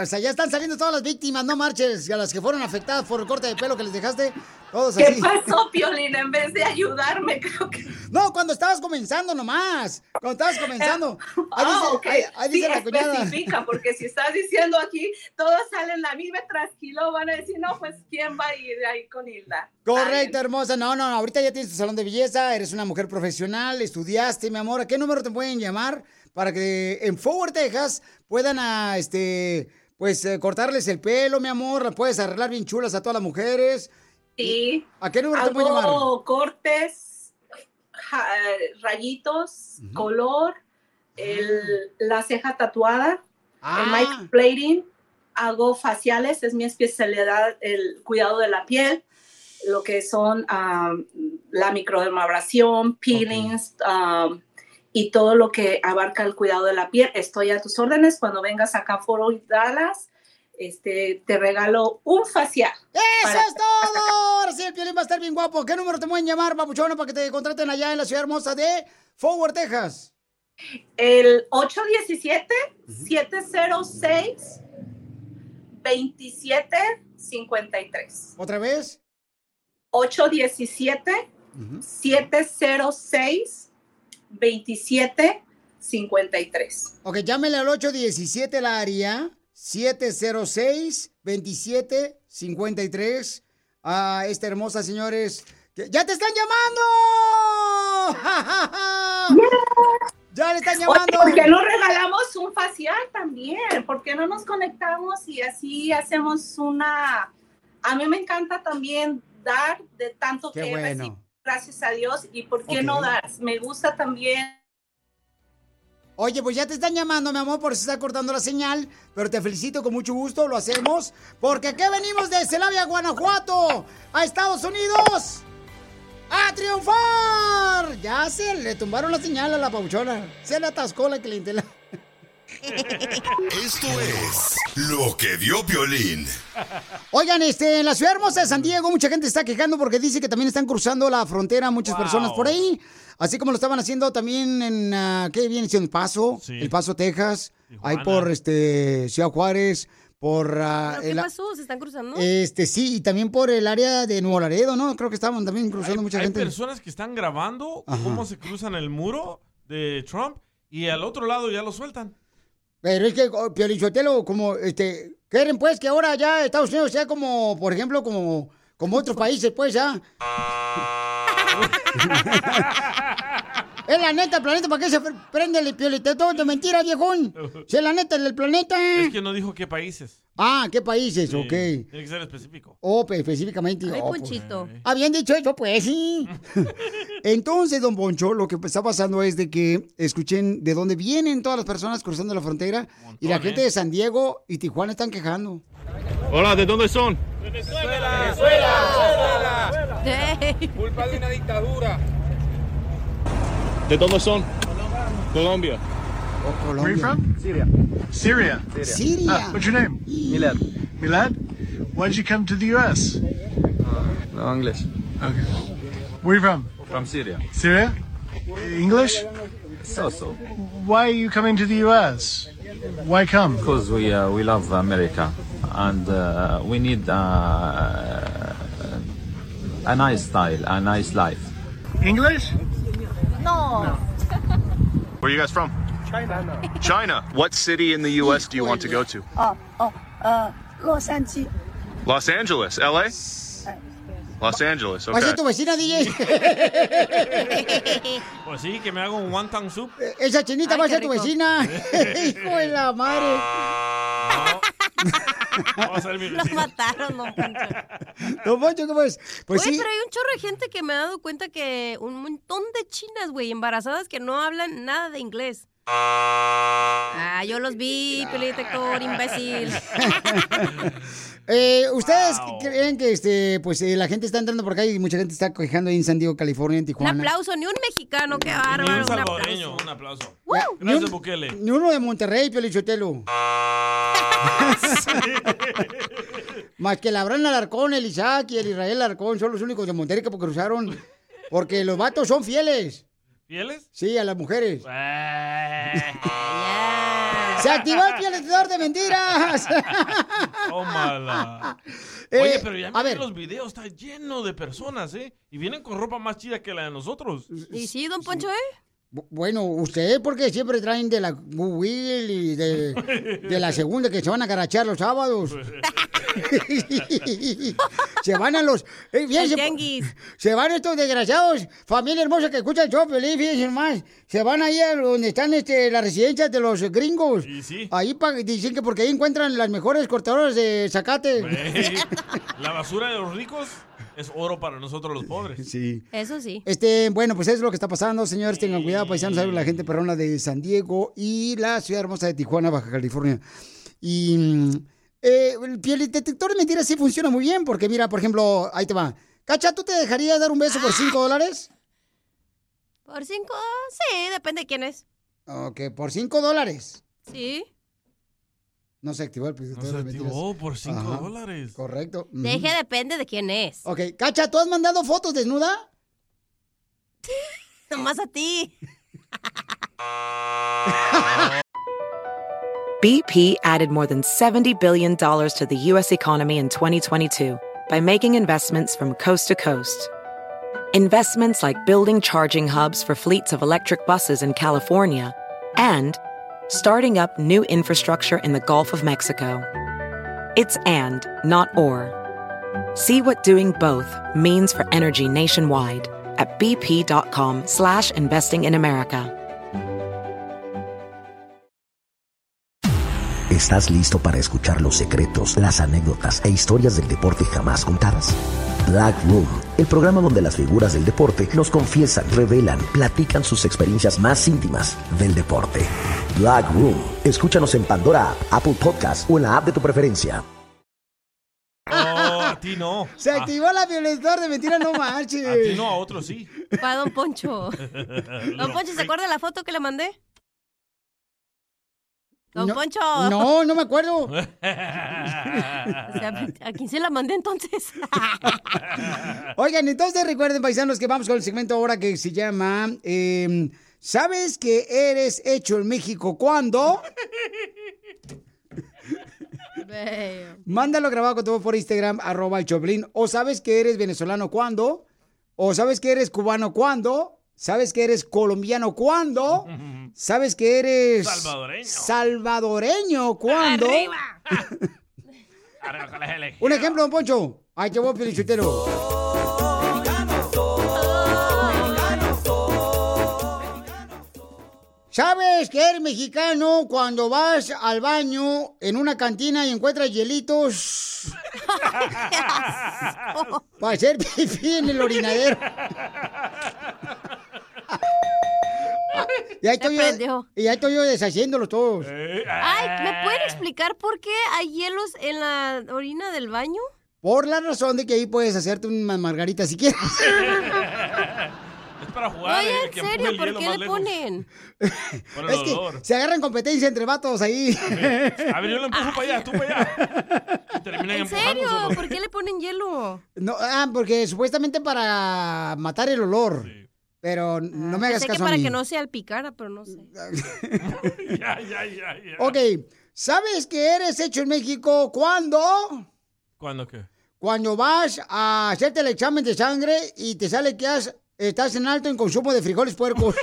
O sea, ya están saliendo todas las víctimas, no marches, y a las que fueron afectadas por el corte de pelo que les dejaste. Todos
¿Qué
así.
pasó, Piolín? Em, En vez de ayudarme, creo que...
No, cuando estabas comenzando nomás. Cuando estabas comenzando. Ahí
Ah,
dice,
ok.
ahí- ahí
Sí,
dice la cuñada.
especifica, porque si estás diciendo aquí, todos salen la misma tranquilo, van a decir, no, pues, ¿quién va a ir ahí con Hilda?
Correcto, hermosa. No, no, ahorita ya tienes tu salón de belleza, eres una mujer profesional, estudiaste, mi amor. ¿A qué número te pueden llamar para que en Forward, Texas, puedan, ah, este, pues, eh, cortarles el pelo, mi amor? Las puedes arreglar bien chulas a todas las mujeres.
Sí.
¿A qué número te pueden llamar?
Hago cortes, ja- eh, rayitos, color,
Ah.
el- la ceja tatuada, el microplating, hago faciales, es mi especialidad, el cuidado de la piel, lo que son am, la microdermabrasión, peelings, am, y todo lo que abarca el cuidado de la piel. Estoy a tus órdenes cuando vengas acá a Foro y Dallas. Este, te regalo un facial.
¡Eso es todo! Ahora sí, el piolín va a estar bien guapo. ¿Qué número te pueden llamar, papuchona, para que te contraten allá en la ciudad hermosa de Forward, Texas?
El 817-706-2753.
¿Otra vez?
817-706-2753.
Ok, llámele al 817 la área 706-2753 a Ah, esta hermosa señores. que- ¡Ya te están llamando! ¡Ja, ja, ja! ¡Ya le están llamando!
Oye, ¿Por qué no regalamos un facial también? ¿Por qué no nos conectamos y así hacemos una... A mí me encanta también dar de tanto
¡Qué
que he
bueno!
gracias a Dios y por qué no
Ok.
dar. Me gusta también.
Oye, pues ya te están llamando, mi amor, por si está cortando la señal, pero te felicito con mucho gusto, lo hacemos, porque aquí venimos de Celavia, Guanajuato, a Estados Unidos, a triunfar. Ya se le tumbaron la señal a la pauchona, se le atascó la clientela.
Esto es pues. lo que vio Piolín.
Oigan, este, en la ciudad hermosa de San Diego, mucha gente está quejando porque dice que también están cruzando la frontera muchas personas por ahí. Así como lo estaban haciendo también en, ah, ¿qué viene siendo? El Paso, El Paso, Texas. Ahí por, este, Ciudad Juárez, por... ah,
¿Pero qué
el-
pasó? ¿Se están cruzando?
Eh,
Este, sí, y también por el área de Nuevo Laredo, ¿no? Creo que estaban también cruzando mucha
Hay
gente.
personas que están grabando
Ajá.
cómo se cruzan el muro de Trump y al otro lado ya lo sueltan.
Pero es que, oh, Piolichotelo, como, este, quieren pues que ahora ya Estados Unidos sea como, por ejemplo, como, como otros países, pues ya. es la neta, el planeta, ¿para qué se pre- prende el Piolichotelo? Todo de mentira, viejón. Si es la neta, el del planeta.
Es que no dijo qué países.
Ah, ¿qué países?
Sí,
Ok.
Tiene que ser específico.
Oh, pe- específicamente.
Ay,
oh, pues.
Ponchito.
Habían dicho eso, pues sí. Entonces, don Poncho, lo que está pasando es de que escuchen de dónde vienen todas las personas cruzando la frontera y la gente de San Diego y Tijuana están quejando.
Hola, ¿de dónde son?
Venezuela.
Culpa de una dictadura.
¿De dónde son? Colombia.
Where
you
from? Syria. Syria. Syria. Ah, what's your name? Milad. Milad? Why did you come to the U.S.?
No, inglés.
Okay. Where you from?
From Syria.
Syria? English?
So, so.
Why are you coming to the U.S.? Why come?
Because we, uh, we love America and uh, we need uh, a nice style, a nice life.
English?
No.
Where are you guys from?
China.
China. What city in the U.S. do you want to go to?
Oh, oh, uh, Los Angeles.
Los Angeles, L.A.? Los Angeles,
Va a ser tu vecina, DJ.
Pues sí, que me hago un wonton soup.
Esa chinita va a ser tu vecina. Hijo de la madre.
Va a ser mi
Los
vecina.
mataron, don Poncho.
Don Poncho, ¿cómo es? Pues
Oye,
sí.
pero hay un chorro de gente que me ha dado cuenta que un montón de chinas, güey, embarazadas que no hablan nada de inglés. Ah, yo los vi, con imbécil.
Eh, ¿Ustedes creen que este, pues, eh, la gente está entrando por acá y mucha gente está quejando ahí en San Diego, California, en
Un
Tijuana?
aplauso, ni un mexicano, qué
Ni
bárbaro.
un
un aplauso.
salvadoreño, un aplauso.
Ni
Gracias,
un-
Bukele.
Ni uno de Monterrey, Piolichotelo. Más que el Abraham Alarcón, el Isaac y el Israel Alarcón son los únicos de Monterrey que cruzaron. Porque los vatos son fieles.
¿Fieles?
Sí, a las mujeres. ¡Se activó el pioletador de mentiras!
Tómala.
Eh,
Oye, pero ya
a
miren
ver.
los videos, está lleno de personas, ¿eh? Y vienen con ropa más chida que la de nosotros.
Y sí, don Poncho, ¿eh?
Bu- Bueno, ustedes porque siempre traen de la Google y de, de la segunda que se van a carachar los sábados. se van a los... eh, fíjense, se van estos desgraciados, familia hermosa que escucha el show, Piolín, fíjense más. Se van ahí a donde están este, las residencias de los gringos. Ahí pa- dicen que porque ahí encuentran las mejores cortadoras de
Ey,
zacate.
La basura de los ricos es oro para nosotros los pobres.
Sí.
Eso sí.
Este, bueno, pues eso es lo que está pasando, señores. Tengan cuidado, paisanos. Saben la gente perrona de San Diego y la ciudad hermosa de Tijuana, Baja California. Y mm, eh, el, piel- el detector de mentiras sí funciona muy bien, porque mira, por ejemplo, ahí te va. Cacha, ¿tú te dejarías dar un beso por 5 dólares?
Por cinco, sí, depende de quién es.
Ok, por 5 dólares.
Sí.
No se activó el detector
se
de mentiras.
activó por cinco
Ajá,
dólares.
Correcto. ujú.
Deje, depende de quién es.
Ok, Cacha, ¿tú has mandado fotos desnuda?
Nomás a ti.
BP added more than $70 billion to the U.S. economy in 2022 by making investments from coast to coast. Investments like building charging hubs for fleets of electric buses in California and starting up new infrastructure in the Gulf of Mexico. It's and, not or. See what doing both means for energy nationwide at bp.com slash investing in America.
¿Estás listo para escuchar los secretos, las anécdotas e historias del deporte jamás contadas? Black Room, el programa donde las figuras del deporte nos confiesan, revelan, platican sus experiencias más íntimas del deporte. Black Room, escúchanos en Pandora, App, Apple Podcast o en la app de tu preferencia.
Oh, a ti no.
Se activó la violencia de mentira, no marches.
A, a ti no, a otro sí.
Para Don Poncho. Don Poncho, ¿se acuerda la foto que le mandé? Don
No,
Poncho.
No, no me acuerdo.
O sea, ¿A quién se la mandé entonces?
Oigan, entonces recuerden, paisanos, que vamos con el segmento ahora que se llama eh, ¿Sabes que eres hecho en México cuando? Mándalo grabado con todo por Instagram, arroba el Choplin. O sabes que eres venezolano cuando? O sabes que eres cubano cuando? ¿Sabes que eres colombiano cuando? ¿Sabes que eres
Salvadoreño.
salvadoreño cuando?
Arriba con la L.
Un ejemplo, don Poncho. Ahí te voy, Pelichotero. ¿Sabes que eres mexicano cuando vas al baño en una cantina y encuentras hielitos? Para hacer pipí en el orinadero. Y ahí estoy yo, y ahí estoy yo deshaciéndolos todos.
Eh.
Ay, ¿me pueden explicar por qué hay hielos en la orina del baño?
Por la razón de que ahí puedes hacerte una margarita si quieres.
Es para jugar.
Oye,
eh,
en
que empuje
serio,
el
¿por
hielo
qué
más
le
lejos.
ponen?
Por el
Es
olor.
que se agarran competencia entre vatos ahí.
A ver, yo lo
Ah.
empujo para allá, tú para allá. Y terminan
¿En serio? ¿Por qué le ponen hielo?
No, ah, porque supuestamente para matar el olor. Pero no me hagas
Ah, Pensé
caso
que
a
para
mí.
que no se alpicara, pero no sé.
Ya, ya, ya, ya.
Ok, ¿sabes que eres hecho en México cuando?
¿Cuándo
Eh.
qué?
Cuando vas a hacerte el examen de sangre y te sale que has- estás en alto en consumo de frijoles puercos.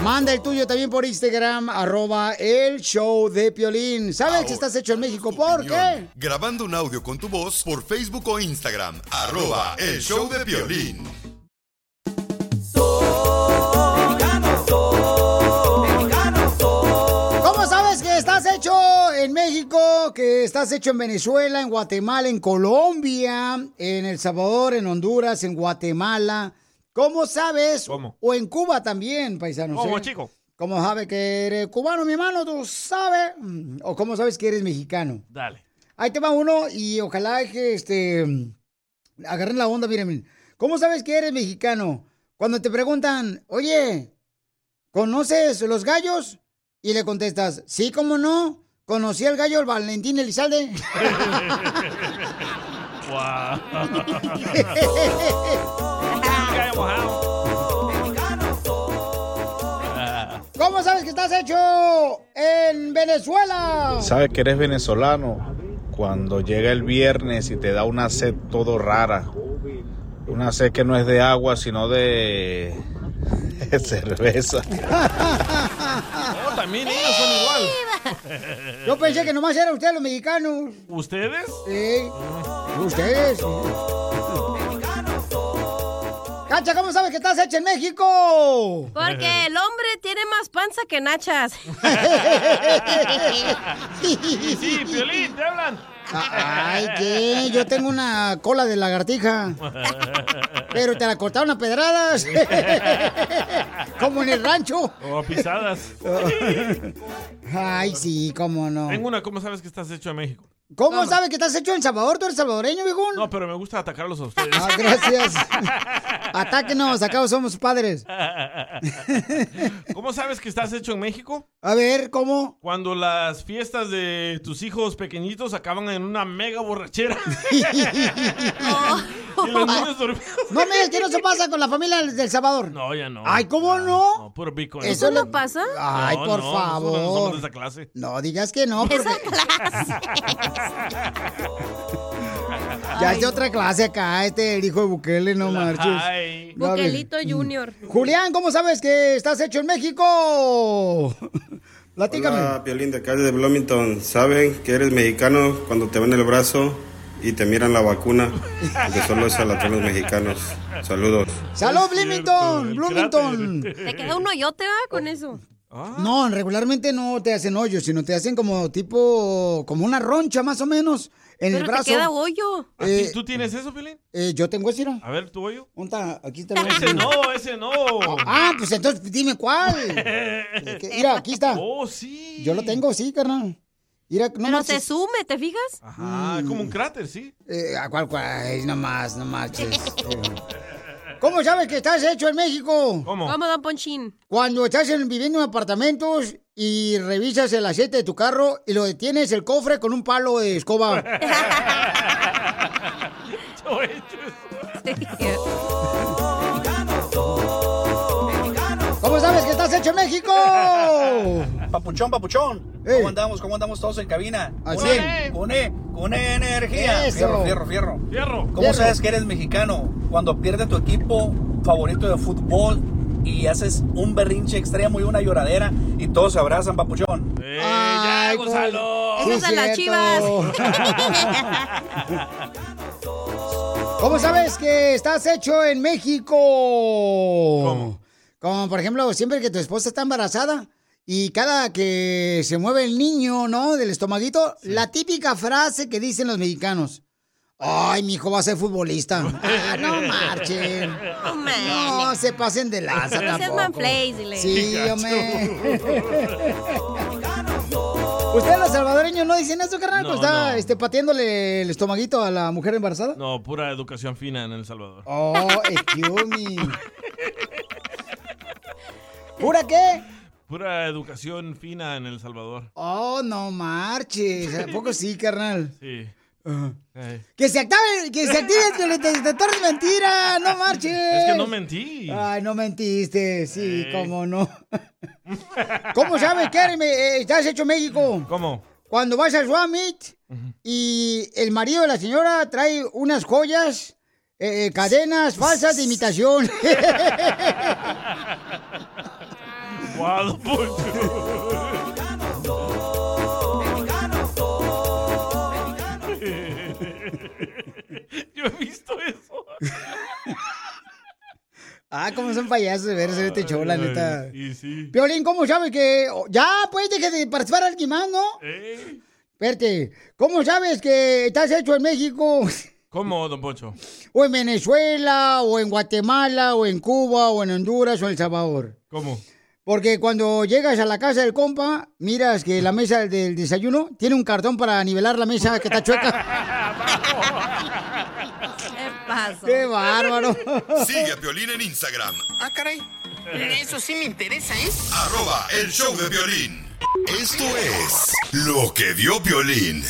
Manda el tuyo también por Instagram, arroba el show de Piolín. ¿Sabes que estás hecho en México? ¿Por qué?
Grabando un audio con tu voz por Facebook o Instagram. Arroba el show de violín.
¿Cómo sabes que estás hecho en México, que estás hecho en Venezuela, en Guatemala, en Colombia, en El Salvador, en Honduras, en Guatemala? ¿Cómo sabes? O en Cuba también, paisanos.
¿Cómo,
¿eh?
chico?
¿Cómo sabes que eres cubano, mi hermano? ¿Tú sabes? ¿O cómo sabes que eres mexicano?
Dale.
Ahí te va uno y ojalá que este agarren la onda, miren. miren. ¿Cómo sabes que eres mexicano? Cuando te preguntan, oye, ¿conoces los gallos? Y le contestas, sí, cómo no. Conocí al gallo el Valentín Elizalde. ¿Cómo sabes que estás hecho en Venezuela?
Sabes que eres venezolano cuando llega el viernes y te da una sed todo rara. Una sed que no es de agua, sino de, de cerveza.
No, también ellos son igual.
Yo pensé que nomás eran ustedes los mexicanos.
¿Ustedes?
Sí. Ustedes. Cacha, ¿cómo sabes que estás hecho en México?
Porque el hombre tiene más panza que nachas.
Sí, sí, Piolín, te hablan.
Ah, Ay, ¿qué? Yo tengo una cola de lagartija. Pero te la cortaron a pedradas. Como en el rancho.
O a pisadas.
Ay, sí, cómo no.
Tengo una, ¿cómo sabes que estás hecho en México?
¿Cómo sabes que estás hecho en El Salvador? ¿Tú eres salvadoreño, viejón?
No, pero me gusta atacarlos a ustedes.
Ah, gracias. Atáquenos, acá somos padres.
¿Cómo sabes que estás hecho en México?
A ver, ¿cómo?
Cuando las fiestas de tus hijos pequeñitos acaban en una mega borrachera. y los niños dormidos.
No me ¿qué no se pasa con la familia del Salvador?
No, ya no.
Ay, ¿cómo no?
No, puro Bitcoin.
¿Eso no
pasa?
Ay, por
no,
favor.
nosotros no somos de esa clase.
No digas que no, porque ya es de otra clase acá, este, el hijo de Bukele, no marches. No, a ver. Mm.
Buquelito Junior.
Julián, ¿cómo sabes que estás hecho en México? Platícame.
Hola, Piolín de acá de Bloomington. ¿Saben que eres mexicano cuando te ven el brazo y te miran la vacuna, porque solo es a los mexicanos. Saludos.
¡Salud, Bloomington! ¡Bloomington!
Te queda un hoyote, ¿va? Con eso.
No, regularmente no te hacen hoyo, sino te hacen como tipo, como una roncha más o menos en el
Pero
brazo.
te queda hoyo.
¿A ti- ¿Tú tienes eso, Pelín?
Eh, yo tengo ese, mira.
A ver, tu hoyo.
¿Dónde está? Aquí está. el
Ese
brazo.
no, eh. ese no.
Ah, pues entonces dime cuál. Que- Mira, aquí está.
Oh, sí.
Yo lo tengo, sí, carnal. Mira, no
Pero te
marches.
sume, ¿te fijas?
Ajá, como un cráter, sí.
Eh, ¿a cuál, cuál? No más, no marches. Eh, ¿Cómo sabes que estás hecho en México?
¿Cómo?
¿Cómo, don Ponchín?
Cuando estás en- viviendo en apartamentos y revisas el aceite de tu carro y lo detienes el cofre con un palo de escoba.
Yo he hecho
¿Cómo sabes que estás hecho en México?
Papuchón, papuchón. ¿Cómo andamos? ¿Cómo andamos todos en cabina?
Al
Con-
cien.
Con, e- con energía.
Eso.
Fierro, fierro, fierro.
Fierro.
¿Cómo
Fierro.
sabes que eres mexicano? Cuando pierde tu equipo favorito de fútbol y haces un berrinche extremo y una lloradera y todos se abrazan, papuchón.
ya, Gonzalo.
Eso es a las
¿Cómo sabes que estás hecho en México? Como por ejemplo, siempre que tu esposa está embarazada y cada que se mueve el niño, ¿no? Del estomaguito, la típica frase que dicen los mexicanos. Ay, mi hijo va a ser futbolista. Ah, no marchen.
No
No, se pasen de lanza
No seas
tampoco.
manflays, dile.
Sí,
Qué gacho.
hombre. ¿Ustedes los salvadoreños no dicen eso, carnal?
No,
cuando está
no.
este, pateándole el estomaguito a la mujer embarazada?
No, pura educación fina en El Salvador.
Oh, excuse me. ¿Pura qué?
Pura educación fina en El Salvador.
Oh, no marches. ¿A poco sí, carnal?
Sí.
Ajá.
Ey.
Que se active, que se active el detector de mentira, no marches.
Es que no mentí.
Ay, no mentiste, sí, cómo no. ¿Cómo sabes que eres me- eh, estás hecho México?
¿Cómo?
Cuando vas al Swamit y el marido de la señora trae unas joyas, eh, eh, cadenas falsas de imitación.
Guado, Yo he visto eso.
ah, cómo son payasos de ver hacer este show, la
Ay,
neta.
Y sí.
Piolín, ¿cómo sabes que...? oh, Ya, pues, deje de participar alguien más, ¿no?
Ey.
Espérate, ¿cómo sabes que estás hecho en México?
¿Cómo, don Poncho?
O en Venezuela, o en Guatemala, o en Cuba, o en Honduras, o en El Salvador.
¿Cómo?
Porque cuando llegas a la casa del compa, miras que la mesa del desayuno tiene un cartón para nivelar la mesa que está chueca.
¿Qué pasó?
¡Qué bárbaro!
Sigue a Piolín en Instagram,
Ah, caray. Eso sí me interesa, ¿eh? ¿es?
arroba el show de Piolín. Esto es lo que vio Piolín.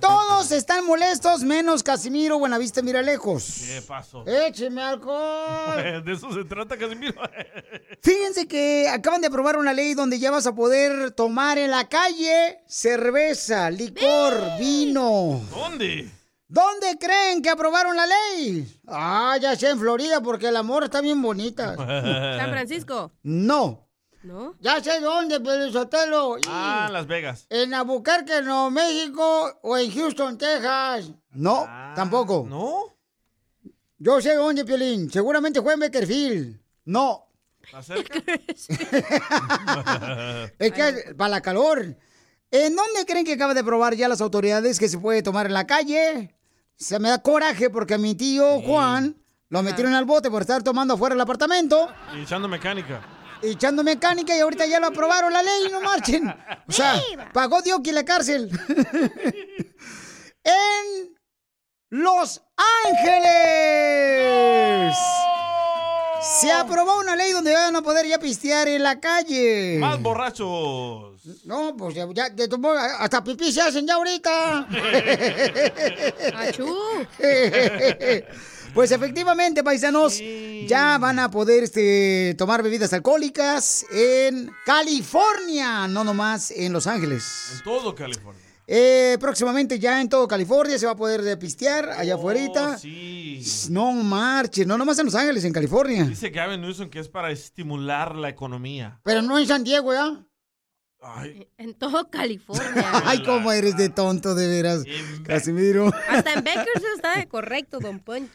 Todos están molestos, menos Casimiro Buenavista mira lejos.
¿Qué pasó?
¡Écheme alcohol!
De eso se trata, Casimiro.
Fíjense que acaban de aprobar una ley donde ya vas a poder tomar en la calle cerveza, licor, vino.
¿Dónde?
¿Dónde creen que aprobaron la ley? Ah, ya sé, en Florida, porque el amor está bien bonita.
San Francisco.
No.
¿No?
Ya sé dónde, pero Sotelo.
Ah, Las Vegas.
En Albuquerque, Nuevo México o en Houston, Texas. No, tampoco.
Ah, ¿No?
Yo sé dónde, Piolín. Seguramente fue en Beckerfield. No.
¿Está cerca?
Es que para la calor. ¿En dónde creen que acaba de probar ya las autoridades que se puede tomar en la calle? Se me da coraje porque a mi tío Juan lo metieron al bote por estar tomando afuera del apartamento,
Y echando mecánica.
echando mecánica y ahorita ya lo aprobaron la ley, no marchen. O sea, pagó Dios que la cárcel. en Los Ángeles. Se aprobó una ley donde van a poder ya pistear en la calle.
Más borrachos.
No, pues ya, ya de todos modos, hasta pipí se hacen ya ahorita.
¡Achú!
pues efectivamente, paisanos, ya van a poder este, tomar bebidas alcohólicas en California, no nomás en Los Ángeles.
En todo California.
Eh, próximamente ya en todo California se va a poder eh, pistear allá afuera. No marche, no nomás en Los Ángeles, en California.
Dice Gavin Newsom que es para estimular la economía.
Pero no en San Diego, ¿ya?
Ay.
En todo California.
Ay, cómo eres de tonto, de veras, Casimiro.
Hasta en Bakersfield está correcto, Don Punch.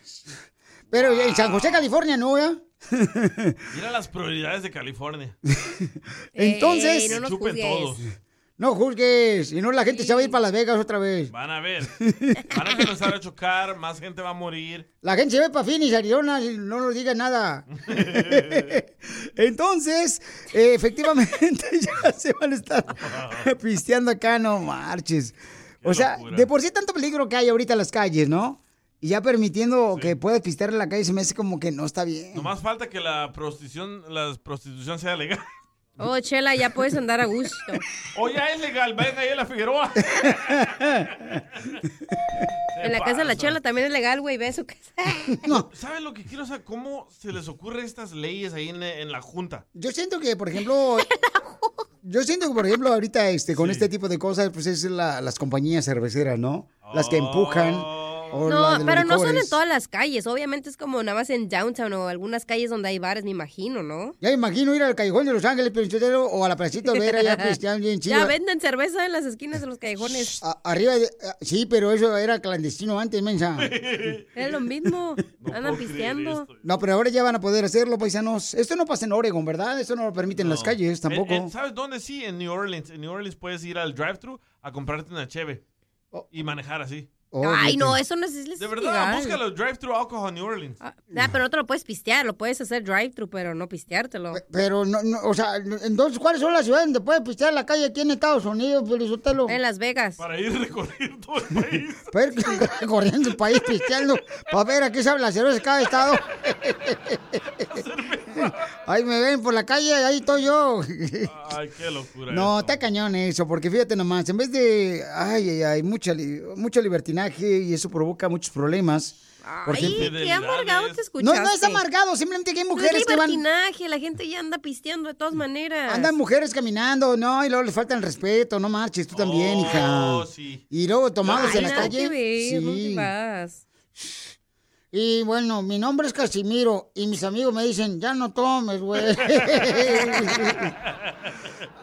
Pero en San José, California, ¿no, ya?
Mira las prioridades de California.
Entonces...
Que chupen todos.
No juzgues, si no la gente se va a ir para Las Vegas otra vez.
Van a ver. Van a comenzar a chocar, más gente va a morir.
La gente se ve para Phoenix, Arizona, y no nos diga nada. Entonces, eh, efectivamente, ya se van a estar pisteando acá, no marches. O sea, de por sí tanto peligro que hay ahorita en las calles, ¿no? Y ya permitiendo que puedas pistear en la calle se me hace como que no está bien.
Nomás falta que la prostitución, la prostitución sea legal.
Oh, Chela, ya puedes andar a gusto.
O ya es legal, vayan ahí a la Figueroa.
En la casa de la Chela también es legal, güey, ve su casa.
No. ¿Sabes lo que quiero? O sea, ¿cómo se les ocurre estas leyes ahí en, en la Junta?
Yo siento que, por ejemplo, yo siento que, por ejemplo, ahorita este, con este tipo de cosas, pues es la- las compañías cerveceras, ¿no? Las que empujan. o la
No,
de los
pero no son en
licores.
todas las calles. Obviamente es como nada más en downtown o algunas calles donde hay bares, me imagino, ¿no?
Ya me imagino ir al Callejón de Los Ángeles, Pinchetero, o a la Placita Olvera, ya pisteando bien chido.
Ya venden cerveza en las esquinas de los callejones.
A- Arriba, de- a- sí, pero eso era clandestino antes, mensa.
Es lo mismo. Andan pisteando.
No, pero ahora ya van a poder hacerlo, paisanos. Esto no pasa en Oregon, ¿verdad? Esto no lo permiten en las calles tampoco.
En- en- Eh, ¿Sabes dónde sí? En New Orleans. En New Orleans puedes ir al drive-thru a comprarte una cheve
Oh.
y manejar así.
Ay, no, eso no es, es
De verdad,
ilegal.
búscalo, drive-thru alcohol en New Orleans.
Ah, pero no te lo puedes pistear, lo puedes hacer drive-thru, pero no pisteártelo.
Pero, no, no, o sea, entonces, ¿cuáles son las ciudades donde puede pistear la calle aquí en Estados Unidos, Felizotelo?
En Las Vegas.
Para ir recorriendo todo el país.
Pero recorriendo el país pisteando para ver a qué sabe la cerveza de cada estado. Ahí me ven por la calle, ahí estoy yo.
Ay, qué locura.
No, está cañón eso, porque fíjate nomás, en vez de, ay, ay, ay, mucha li- mucho libertinaje y eso provoca muchos problemas. Por
Ay,
ejemplo-
qué amargado te
No,
escuchaste.
no es amargado, simplemente que hay
No es
mujeres que van, Mm.
libertinaje, la gente ya anda pisteando de todas maneras.
andan mujeres caminando, no, y luego les falta el respeto, no marches, tú también,
Oh,
hija. Y luego tomados
Ay,
en la
nada que
calle.
ver, ¿dónde
Sí.
vas?
Y bueno, mi nombre es Casimiro y mis amigos me dicen, ya no tomes, güey.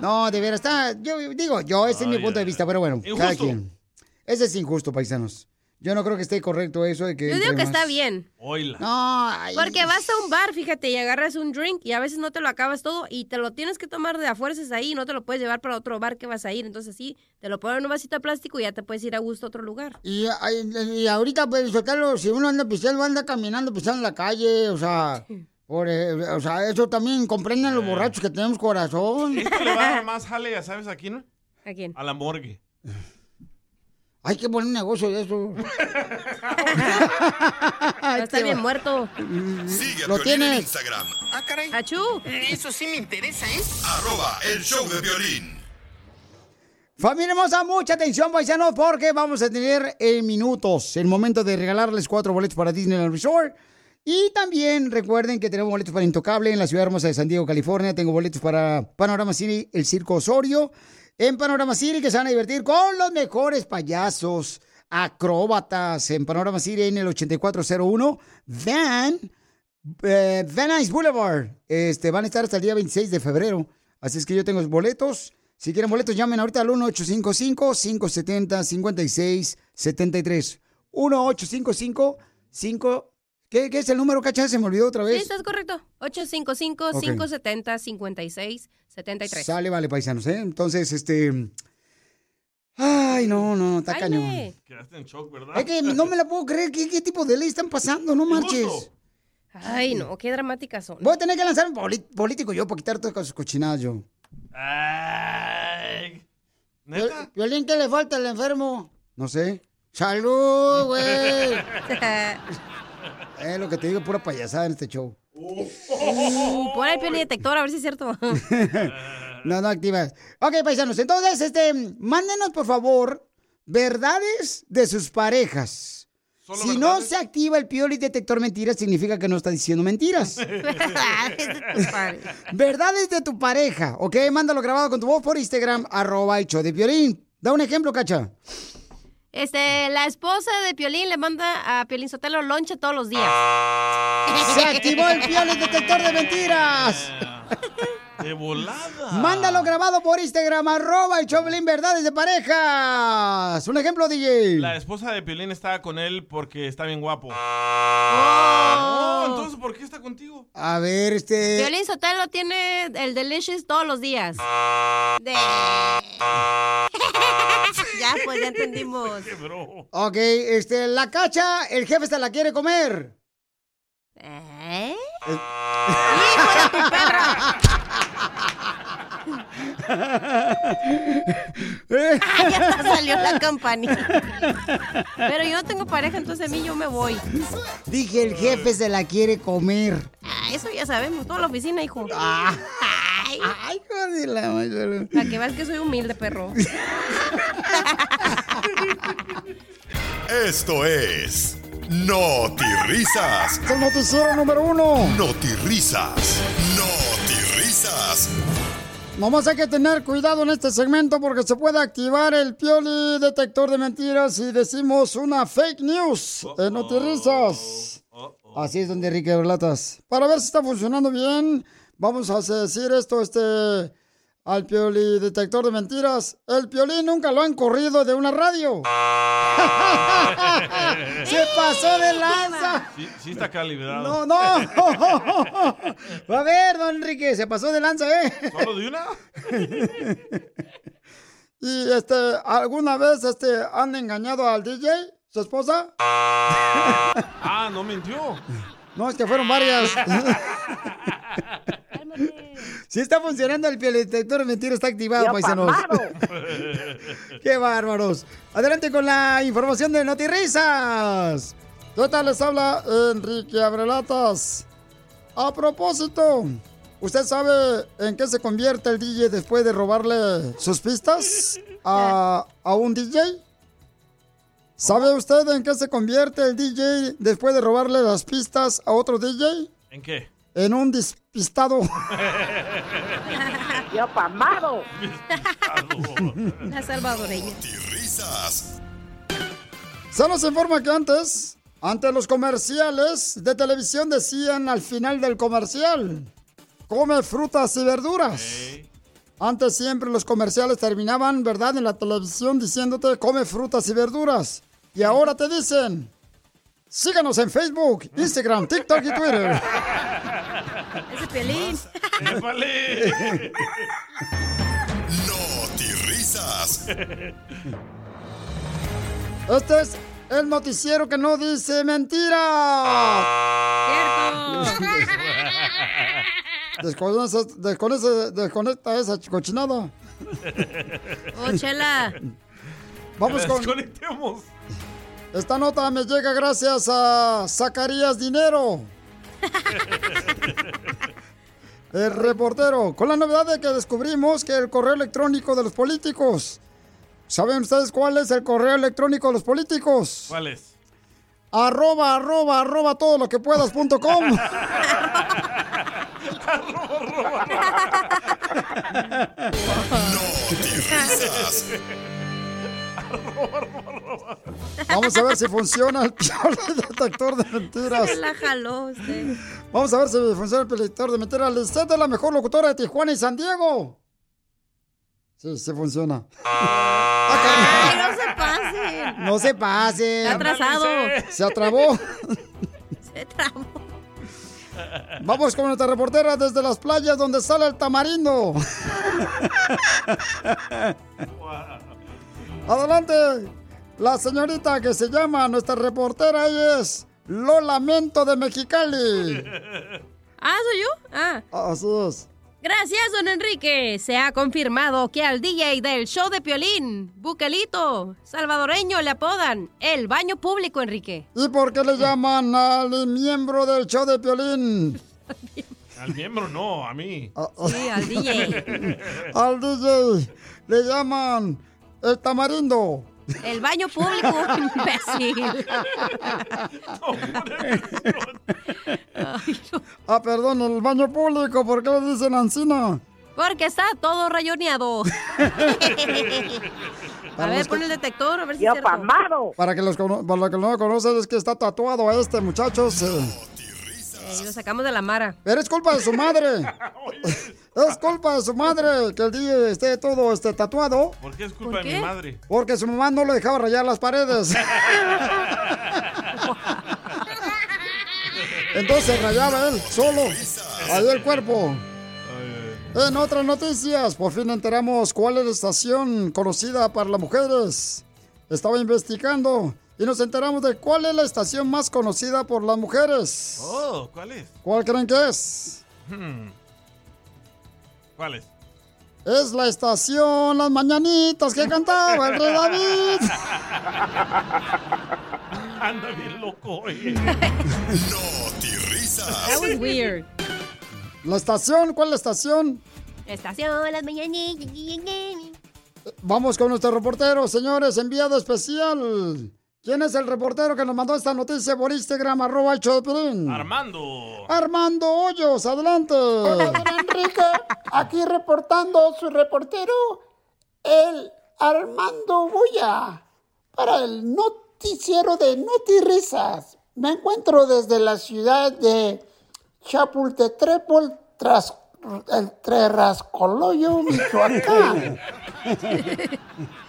no, de veras, está, yo digo, yo, ese es mi punto de vista, pero bueno, cada
Injusto.
quien. Ese es injusto, paisanos. Yo no creo que esté correcto eso de que...
Yo digo
entre
que
más-
está bien.
Oila.
No, ay.
Porque vas a un bar, fíjate, y agarras un drink y a veces no te lo acabas todo y te lo tienes que tomar de a fuerzas ahí y no te lo puedes llevar para otro bar que vas a ir. Entonces sí, te lo ponen en un vasito de plástico y ya te puedes ir a gusto a otro lugar.
Y, ay, y ahorita, pues, Sotelo, si uno anda pisteando, anda caminando, pisando en la calle, o sea... por, eh, o sea, eso también comprenden los borrachos que tenemos corazón.
Esto Eh. le va a dar más jalea, ¿sabes a quién?
¿A quién?
A la morgue.
Hay que poner un negocio de eso.
está bien muerto.
Sigue a Piolín
Lo
en
tienes.
Instagram,
Ah, caray.
Achú.
Eso sí me interesa, ¿eh?
arroba el show de violín.
Familia hermosa, mucha atención, paisanos, porque vamos a tener en minutos el momento de regalarles cuatro boletos para Disneyland Resort. Y también recuerden que tenemos boletos para Intocable en la ciudad hermosa de San Diego, California. Tengo boletos para Panorama City, el Circo Osorio. En Panorama City, que se van a divertir con los mejores payasos, acróbatas. En Panorama City, en el 8401, Van. Eh, Van Nuys Boulevard. Este, van a estar hasta el día 26 de febrero. Así es que yo tengo los boletos. Si quieren boletos, llamen ahorita al 1-855-570-5673. 1-855-5... ¿Qué, qué es el número, cacha? Se me olvidó otra
Sí,
vez.
estás correcto. 855-570-5673.
Sale, vale, paisanos, ¿eh? Entonces, este... Ay, no, no, está
Jaime.
cañón.
Quedaste en shock, ¿verdad?
Es que no me la puedo creer. ¿Qué, qué tipo de ley están pasando? No marches.
Ay, no, qué dramáticas son.
Voy a tener que lanzar un poli- político yo para quitar todas sus cochinadas yo.
Ay.
Viol- Violín, ¿qué le falta al enfermo? No sé. ¡Salud, güey! es lo que te digo, pura payasada en este show.
Uh, pon el piel detector, a ver si es cierto.
No, no activas. Ok, paisanos, entonces, este, mándenos, por favor, verdades de sus parejas. Si no se activa el pioli detector mentiras, significa que no está diciendo mentiras. verdades de tu pareja, ok, mándalo grabado con tu voz por Instagram, arroba el show de Piolín. Da un ejemplo, Cacha.
Este, la esposa de Piolín le manda a Piolín Sotelo lonche todos los días.
¡Se activó el piolín detector de mentiras!
De volada.
Mándalo grabado por Instagram, arroba el Choplin Verdades de Parejas. Un ejemplo, DJ.
La esposa de Piolín estaba con él porque está bien guapo.
Ah.
No, entonces, ¿por qué está contigo?
A ver, este...
Violín Sotelo tiene el Delicious todos los días. De- Ah, ya, pues ya entendimos.
Ok, este, la cacha, el jefe se la quiere comer.
¿Eh? ya hasta salió la campanita. Pero yo no tengo pareja, entonces a mí yo me voy.
Dije, el jefe se la quiere comer.
Ah, eso ya sabemos, toda la oficina, hijo. Ay,
Ah, hijo de la mayor.
Para que veas que soy humilde, perro.
Esto es Notirisas.
Es el noticiero número uno.
Notirisas. Notirisas.
Nomás hay que tener cuidado en este segmento porque se puede activar el pioli detector de mentiras si decimos una fake news en Notirizas. Así es, don Enrique Relatas. Para ver si está funcionando bien, vamos a decir esto este al pioli detector de mentiras. El pioli nunca lo han corrido de una radio. Se pasó de lanza.
Sí, sí está
No,
calibrado.
no. Va a ver, don Enrique, se pasó de lanza, ¿eh?
¿Solo de una?
¿Y este, alguna vez este, han engañado al DJ, su esposa?
Ah, no mintió.
No, es que fueron varias. Si está funcionando el detector de mentiras, está activado,
¡Ya
paisanos. ¡Qué bárbaros! Adelante con la información de Notirrisas. ¿Qué tal les habla Enrique Abrelatas? A propósito, ¿usted sabe en qué se convierte el DJ después de robarle sus pistas a, a un DJ? ¿Sabe usted en qué se convierte el DJ después de robarle las pistas a otro DJ?
¿En qué?
En un despistado.
¡Ya pamado!
La salvadoreña.
Se nos informa que antes, ante los comerciales de televisión decían al final del comercial, come frutas y verduras. Antes siempre los comerciales terminaban, ¿verdad? En la televisión diciéndote, come frutas y verduras. Y ahora te dicen, síganos en Facebook, Instagram, TikTok y Twitter.
Ese pelín.
¡Épale! Notirisas.
Este es el noticiero que no dice mentira. Desconoce- desconoce- desconecta esa cochinada.
Oh, chela.
Vamos con-
Desconectemos.
Esta nota me llega gracias a Zacarías Dinero. El reportero, con la novedad de que descubrimos que el correo electrónico de los políticos. ¿Saben ustedes cuál es el correo electrónico de los políticos?
¿Cuál es?
Arroba, arroba, arroba todo lo que puedas punto com.
Notirisas.
Vamos a ver si funciona el peor detector de mentiras.
Se la jaló usted.
Vamos a ver si funciona el detector de mentiras. Lizette es la mejor locutora de Tijuana y San Diego. Sí, sí funciona. Ah,
Ay, no se pase.
No se pase.
Está atrasado.
Se atrabó.
Se trabó.
Vamos con nuestra reportera desde las playas donde sale el tamarindo. Adelante, la señorita que se llama nuestra reportera ella es Lola Mento de Mexicali.
Ah, soy yo. Ah.
Así es.
Gracias, don Enrique. Se ha confirmado que al DJ del show de Piolín, Buquelito, salvadoreño le apodan el baño público, Enrique.
¿Y por qué le llaman al miembro del show de Piolín?
Al miembro no, a mí.
Oh,
Sí, al DJ.
Al DJ le llaman el tamarindo.
El baño público, imbécil.
Ah, perdón, el baño público, ¿por qué le dicen ancina?
Porque está todo rayoneado. a ver, pon el detector, a ver si es cierto.
Para que los cono- para los que no lo conocen es que está tatuado este muchacho. se-
Eh, lo sacamos de la mara.
Pero es culpa de su madre.
Es culpa de su madre que el DJ esté todo este, tatuado.
¿Por qué es culpa de mi madre?
Porque su mamá no le dejaba rayar las paredes. Entonces rayaba él solo. Ahí el cuerpo. En otras noticias, por fin enteramos cuál es la estación conocida para las mujeres. Estaba investigando y nos enteramos de cuál es la estación más conocida por las mujeres.
Oh, ¿cuál es?
¿Cuál creen que es?
Hmm. ¿Cuál es?
Es la estación Las Mañanitas que cantaba el rey David.
Anda bien loco, oye.
That was weird.
¿La estación? ¿Cuál es la estación?
Estación las mañanitas.
Vamos con nuestro reportero, señores, enviado especial. ¿Quién es el reportero que nos mandó esta noticia por Instagram, arroba el show de Piolín?
Armando.
Armando Hoyos, adelante.
Enrique, aquí reportando su reportero, el Armando Bulla, para el noticiero de Notirisas. Me encuentro desde la ciudad de Chapultepec, tras el Terrascoloyo, Michoacán.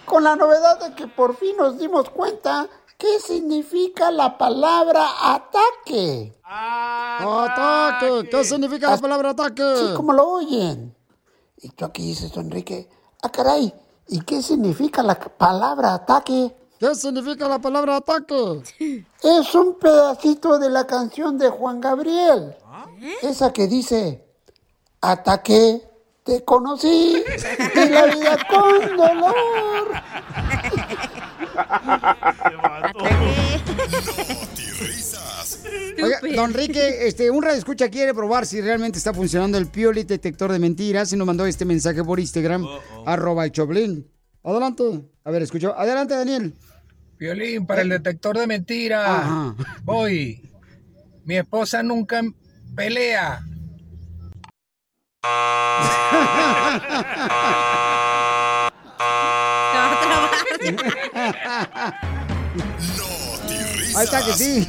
Con la novedad de que por fin nos dimos cuenta qué significa la palabra ataque.
¡Ataque! ¿Qué significa la palabra ataque?
Sí, como lo oyen. Y tú aquí dices, Enrique, ah, caray, ¿y qué significa la palabra ataque?
¿Qué significa la palabra ataque?
Es un pedacito de la canción de Juan Gabriel. Esa que dice, ataque, te conocí y la vida con dolor.
Oiga, don Enrique, este, un radio escucha quiere probar si realmente está funcionando el Pioli detector de mentiras y nos mandó este mensaje por Instagram, arroba el Choblin. Adelante. A ver, escucho. Adelante, Daniel.
Violín, para el detector de mentiras.
Ajá.
Voy. Mi esposa nunca pelea.
Ahí está que sí.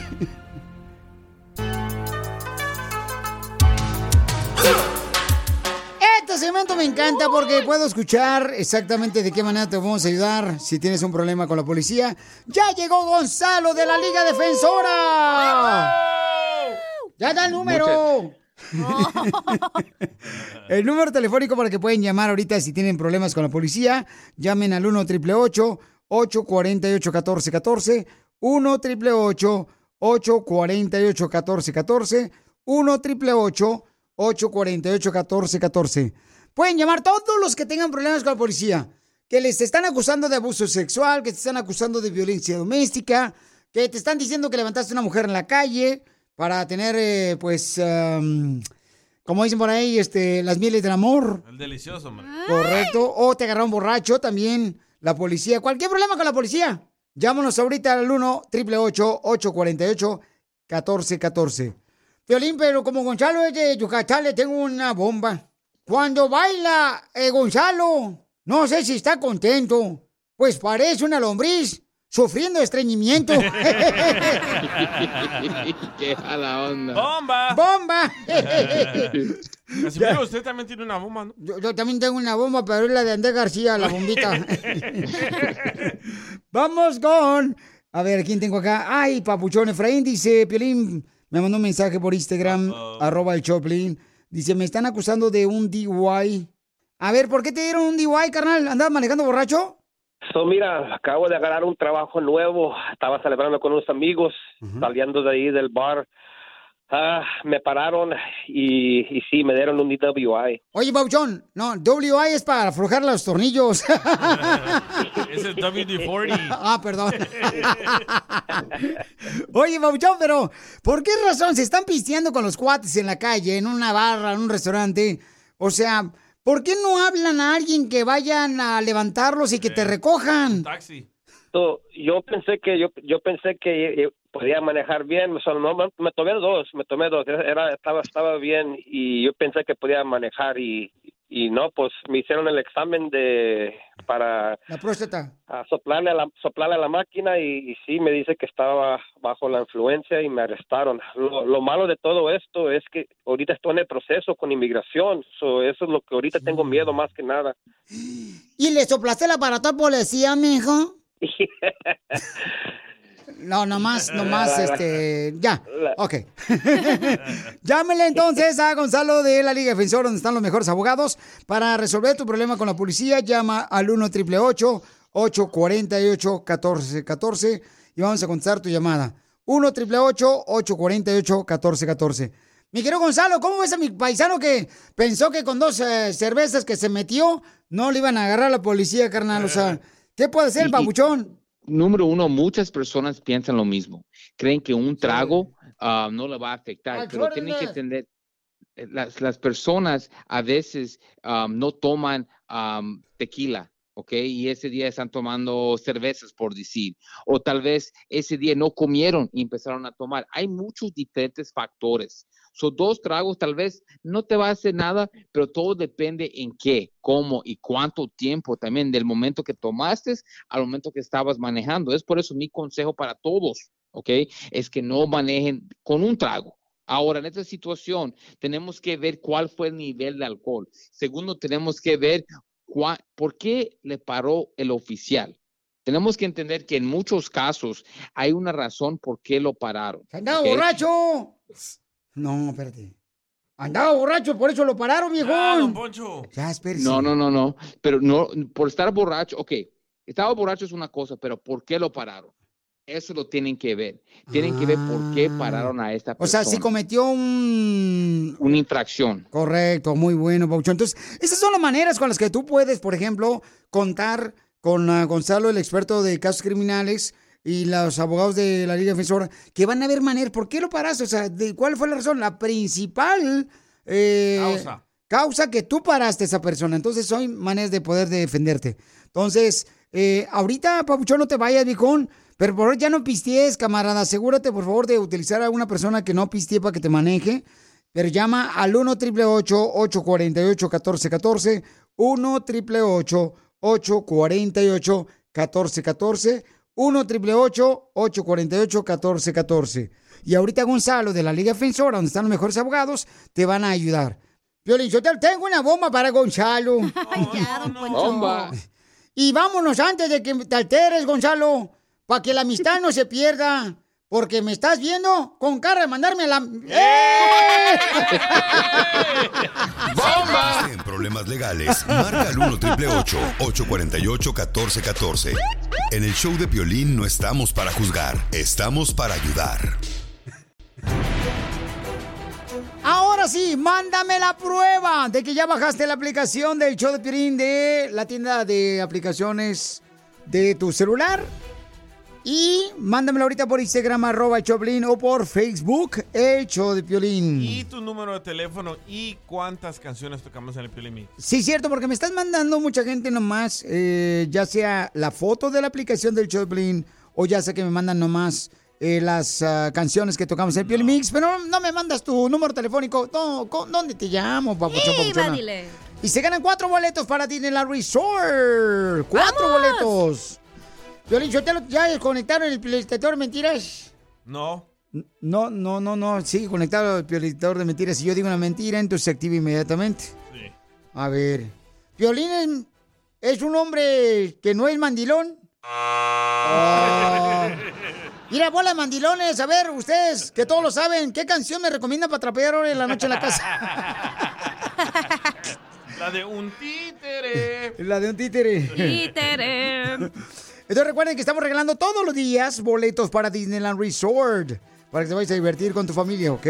Este segmento me encanta porque puedo escuchar exactamente de qué manera te vamos a ayudar si tienes un problema con la policía. Ya llegó Gonzalo de la Liga Defensora. Ya da el número. el número telefónico para que pueden llamar ahorita si tienen problemas con la policía. Llamen al 1 888 848 1414 1 888 848 1414 1 888 848 1414 Pueden llamar todos los que tengan problemas con la policía. Que les están acusando de abuso sexual, que te están acusando de violencia doméstica, que te están diciendo que levantaste a una mujer en la calle para tener, eh, pues, am, como dicen por ahí, este, las mieles del amor.
El delicioso, hombre.
Ah.
Correcto. O te agarraron borracho también. La policía. Cualquier problema con la policía. Llámanos ahorita al 1 888 1414 Violín, pero como Gonzalo es de Yucatán, le tengo una bomba. Cuando baila eh, Gonzalo, no sé si está contento, pues parece una lombriz sufriendo estreñimiento.
¡Qué a la onda!
¡Bomba!
¡Bomba!
Casimiro, usted también tiene una bomba, ¿no?
Yo, yo también tengo una bomba, pero es la de Andrés García, la bombita. Vamos con. A ver, ¿quién tengo acá? Ay, Papuchón Efraín dice, Piolín, me mandó un mensaje por Instagram, arroba el Choplin. Dice, me están acusando de un DUI. A ver, ¿por qué te dieron un DUI, carnal? ¿Andabas manejando borracho?
So, mira, acabo de agarrar un trabajo nuevo. Estaba celebrando con unos amigos, saliendo de ahí del bar. Ah, me pararon y, y sí, me dieron un DWI.
Oye, Papuchón, no, WI es para aflojar los tornillos.
Ese es WD-40.
Ah, perdón. Oye, Papuchón, pero ¿por qué razón se están pisteando con los cuates en la calle, en una barra, en un restaurante? O sea, ¿por qué no hablan a alguien que vayan a levantarlos y que te recojan?
Taxi.
So, yo pensé que yo, yo pensé que eh, podía manejar bien. O sea, no, me, me tomé dos, me tomé dos. Era estaba estaba bien y yo pensé que podía manejar y
y no, pues me hicieron el examen de para
La próstata.
a soplarle a la, soplarle a la máquina y, y sí, me dice que estaba bajo la influencia y me arrestaron. Lo, lo malo de todo esto es que ahorita estoy en el proceso con inmigración, so, eso es lo que ahorita tengo miedo más que nada.
¿Y le soplaste el aparato al policía, mijo? No, nomás, nomás, este, ya, ok. Llámele entonces a Gonzalo de la Liga Defensor, donde están los mejores abogados, para resolver tu problema con la policía. Llama al 1 888 848 1414 y vamos a contestar tu llamada. 1 888 848 1414 Mi querido Gonzalo, ¿cómo ves a mi paisano que pensó que con dos eh, cervezas que se metió no le iban a agarrar a la policía, carnal? O sea, ¿qué puede hacer el babuchón?
número uno, muchas personas piensan lo mismo. Creen que un trago ah, no le va a afectar,
Ay,
pero tienen que
Jordan.
entender, eh, las, las personas a veces ah, no toman ah, tequila. ¿ok? Y ese día están tomando cervezas, por decir, o tal vez ese día no comieron y empezaron a tomar. Hay muchos diferentes factores. Son dos tragos, tal vez no te va a hacer nada, pero todo depende en qué, cómo y cuánto tiempo también, del momento que tomaste al momento que estabas manejando. Es por eso mi consejo para todos, ¿ok? Es que no manejen con un trago. Ahora, en esta situación, tenemos que ver cuál fue el nivel de alcohol. Segundo, tenemos que ver cua- por qué le paró el oficial. Tenemos que entender que en muchos casos hay una razón por qué lo pararon.
¡Andaba
¿ok?
borracho! No, espérate. Andaba borracho, por eso lo pararon, viejón. Ya, espérese.
No, no, no, no. Pero no, por estar borracho, ok, estaba borracho es una cosa, pero ¿por qué lo pararon? Eso lo tienen que ver. Tienen que ver por qué pararon a esta
Ah. O
persona.
sea, si cometió un...
Una infracción.
Correcto, muy bueno, Pauchón. Entonces, esas son las maneras con las que tú puedes, por ejemplo, contar con ah, Gonzalo, el experto de casos criminales, y los abogados de la Liga Defensora, que van a ver maneras. ¿Por qué lo paraste? O sea, ¿de ¿cuál fue la razón? La principal eh,
Causa.
causa que tú paraste a esa persona. Entonces, son maneras de poder de defenderte. Entonces, eh, ahorita, Papuchón, no te vayas, viejón. Pero por favor, ya no pistees, camarada. Asegúrate, por favor, de utilizar a una persona que no pistee para que te maneje. Pero llama al 1 888 848 1414 1 888 848 1414 1 888 848 1414 Y ahorita Gonzalo de la Liga Defensora, donde están los mejores abogados, te van a ayudar. Violín, yo tengo una bomba para Gonzalo.
Bomba.
Y vámonos antes de que te alteres, Gonzalo, para que la amistad no se pierda. Porque me estás viendo con cara de mandarme a la...
¡Bomba! En problemas legales, marca el 1 triple 848 1414. En el show de Piolín no estamos para juzgar, estamos para ayudar.
Ahora sí, mándame la prueba de que ya bajaste la aplicación del show de Piolín de la tienda de aplicaciones de tu celular. Y mándamela ahorita por Instagram, arroba el Choplin, o por Facebook, el show de Piolín.
Y tu número de teléfono y cuántas canciones tocamos en el Piolín Mix.
Sí, cierto, porque me estás mandando mucha gente nomás, eh, ya sea la foto de la aplicación del Choplin o ya sea que me mandan nomás eh, las ah, canciones que tocamos en el Piel Mix, pero no me mandas tu número telefónico. No, ¿con- ¿Dónde te llamo, papuchón,
Iba,
papuchona?
dile.
Y se ganan cuatro boletos para Disneyland Resort. ¡Cuatro boletos! Piolín, Sotelo, ¿ya desconectaron el Piolistador de Mentiras?
No.
No, no, no, no. Sí, conectado el Piolistador de Mentiras. Si yo digo una mentira, entonces se activa inmediatamente.
Sí.
A ver. ¿Piolín es, es un hombre que no es mandilón? Ah. Mira, bola de mandilones. A ver, ustedes que todos lo saben, ¿qué canción me recomiendan para trapear ahora en la noche en la casa?
La de un títere.
La de un títere.
Títere.
Entonces recuerden que estamos regalando todos los días boletos para Disneyland Resort. Para que te vayas a divertir con tu familia, ¿ok?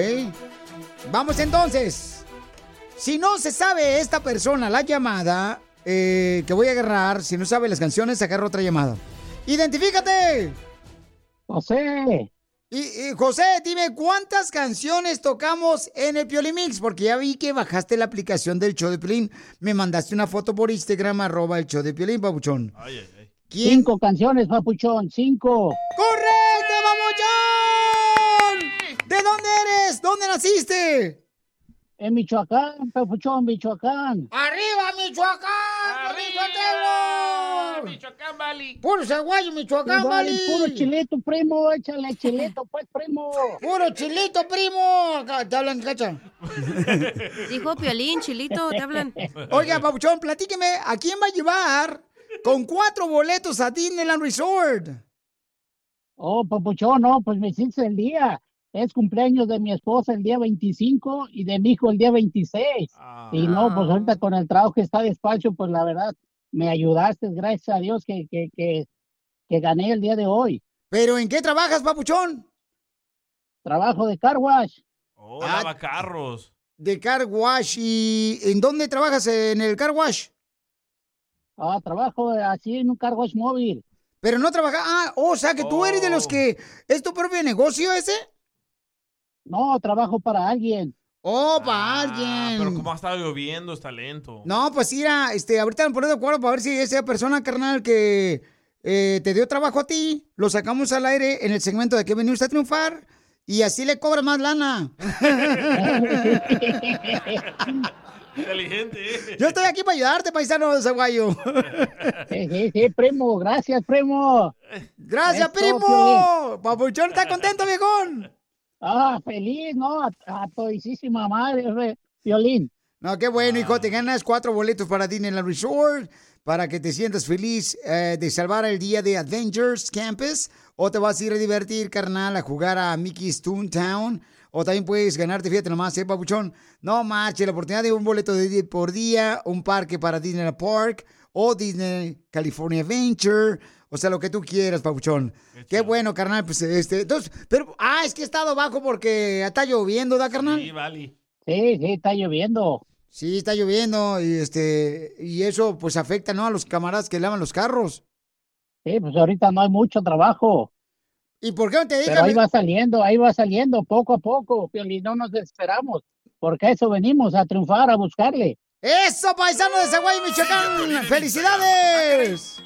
Vamos entonces. Si no se sabe esta persona la llamada eh, que voy a agarrar, si no sabe las canciones, agarro otra llamada. ¡Identifícate! José. Y, y, José, dime cuántas canciones tocamos en el Piolimix, porque ya vi que bajaste la aplicación del show de Piolín. Me mandaste una foto por Instagram, arroba el show de Piolín, papuchón.
Cinco canciones, papuchón, cinco.
¡Correcto, John! ¿De dónde eres? ¿Dónde naciste?
En Michoacán, papuchón, Michoacán.
¡Arriba, Michoacán! ¡Arriba,
Michoacán, Bali!
¡Puro zaguayo, Michoacán,
Igual,
Bali!
puro chilito, primo! ¡Échale chilito, pues, primo!
¡Puro chilito, primo! Acá, Te hablan, cacha.
Dijo Piolín, chilito, te hablan.
Oiga, papuchón, platíqueme, ¿a quién va a llevar con cuatro boletos a Disneyland Resort?
Oh, papuchón, no, pues me hiciste el día. Es cumpleaños de mi esposa el día 25 y de mi hijo el día 26. Y no, pues ahorita con el trabajo que está despacho, pues la verdad, me ayudaste, gracias a Dios que, que, que, que gané el día de hoy.
¿Pero en qué trabajas, papuchón?
Trabajo de car wash.
Oh, lava carros.
De car wash. ¿Y en dónde trabajas en el car wash?
Ah, trabajo así en un car wash móvil. Oh.
Pero no trabajas. Ah, o sea que tú eres de los que. ¿Es tu propio negocio ese?
No, trabajo para alguien.
Oh, para
Ah,
alguien.
pero como ha estado lloviendo, está lento.
No, pues mira, este, ahorita nos ponemos de acuerdo para ver si esa persona, carnal, que eh, te dio trabajo a ti, lo sacamos al aire en el segmento de que venimos a triunfar y así le cobras más lana.
Inteligente, ¿eh?
Yo estoy aquí para ayudarte, paisano zaguayo.
Sí, sí, sí, primo, gracias, primo.
Gracias, primo. Papuchón, ¿está contento, viejón?
Ah, feliz, ¿no? A, a todísima madre, re- violín.
No, qué bueno, hijo, te ganas cuatro boletos para Disneyland Resort para que te sientas feliz eh, de salvar el día de Avengers Campus o te vas a ir a divertir, carnal, a jugar a Mickey's Toontown o también puedes ganarte, fíjate nomás, eh, papuchón, no marche, la oportunidad de un boleto de día por día, un parque para Disneyland Park o Disney California Adventure, o sea, lo que tú quieras, papuchón. Qué bueno, carnal, pues este, entonces, pero, ah, es que he estado bajo porque está lloviendo, ¿da, carnal?
Sí, Bali.
Sí, sí, está lloviendo.
Sí, está lloviendo y este y eso pues afecta no a los camaradas que lavan los carros.
Sí, pues ahorita no hay mucho trabajo.
¿Y por qué no te
Pero ahí va saliendo, ahí va saliendo, poco a poco, Piolín, no nos desesperamos, porque a eso venimos, a triunfar, a buscarle.
¡Eso, paisano de Zaguay, Michoacán! ¡Felicidades!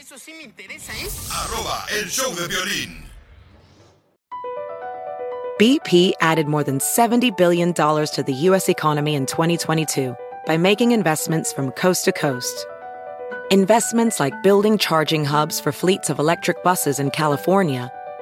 Eso sí me interesa, ¿eh?
Arroba el show de violín.
BP added more than $70 billion to the U.S. economy in 2022 by making investments from coast to coast. Investments like building charging hubs for fleets of electric buses in California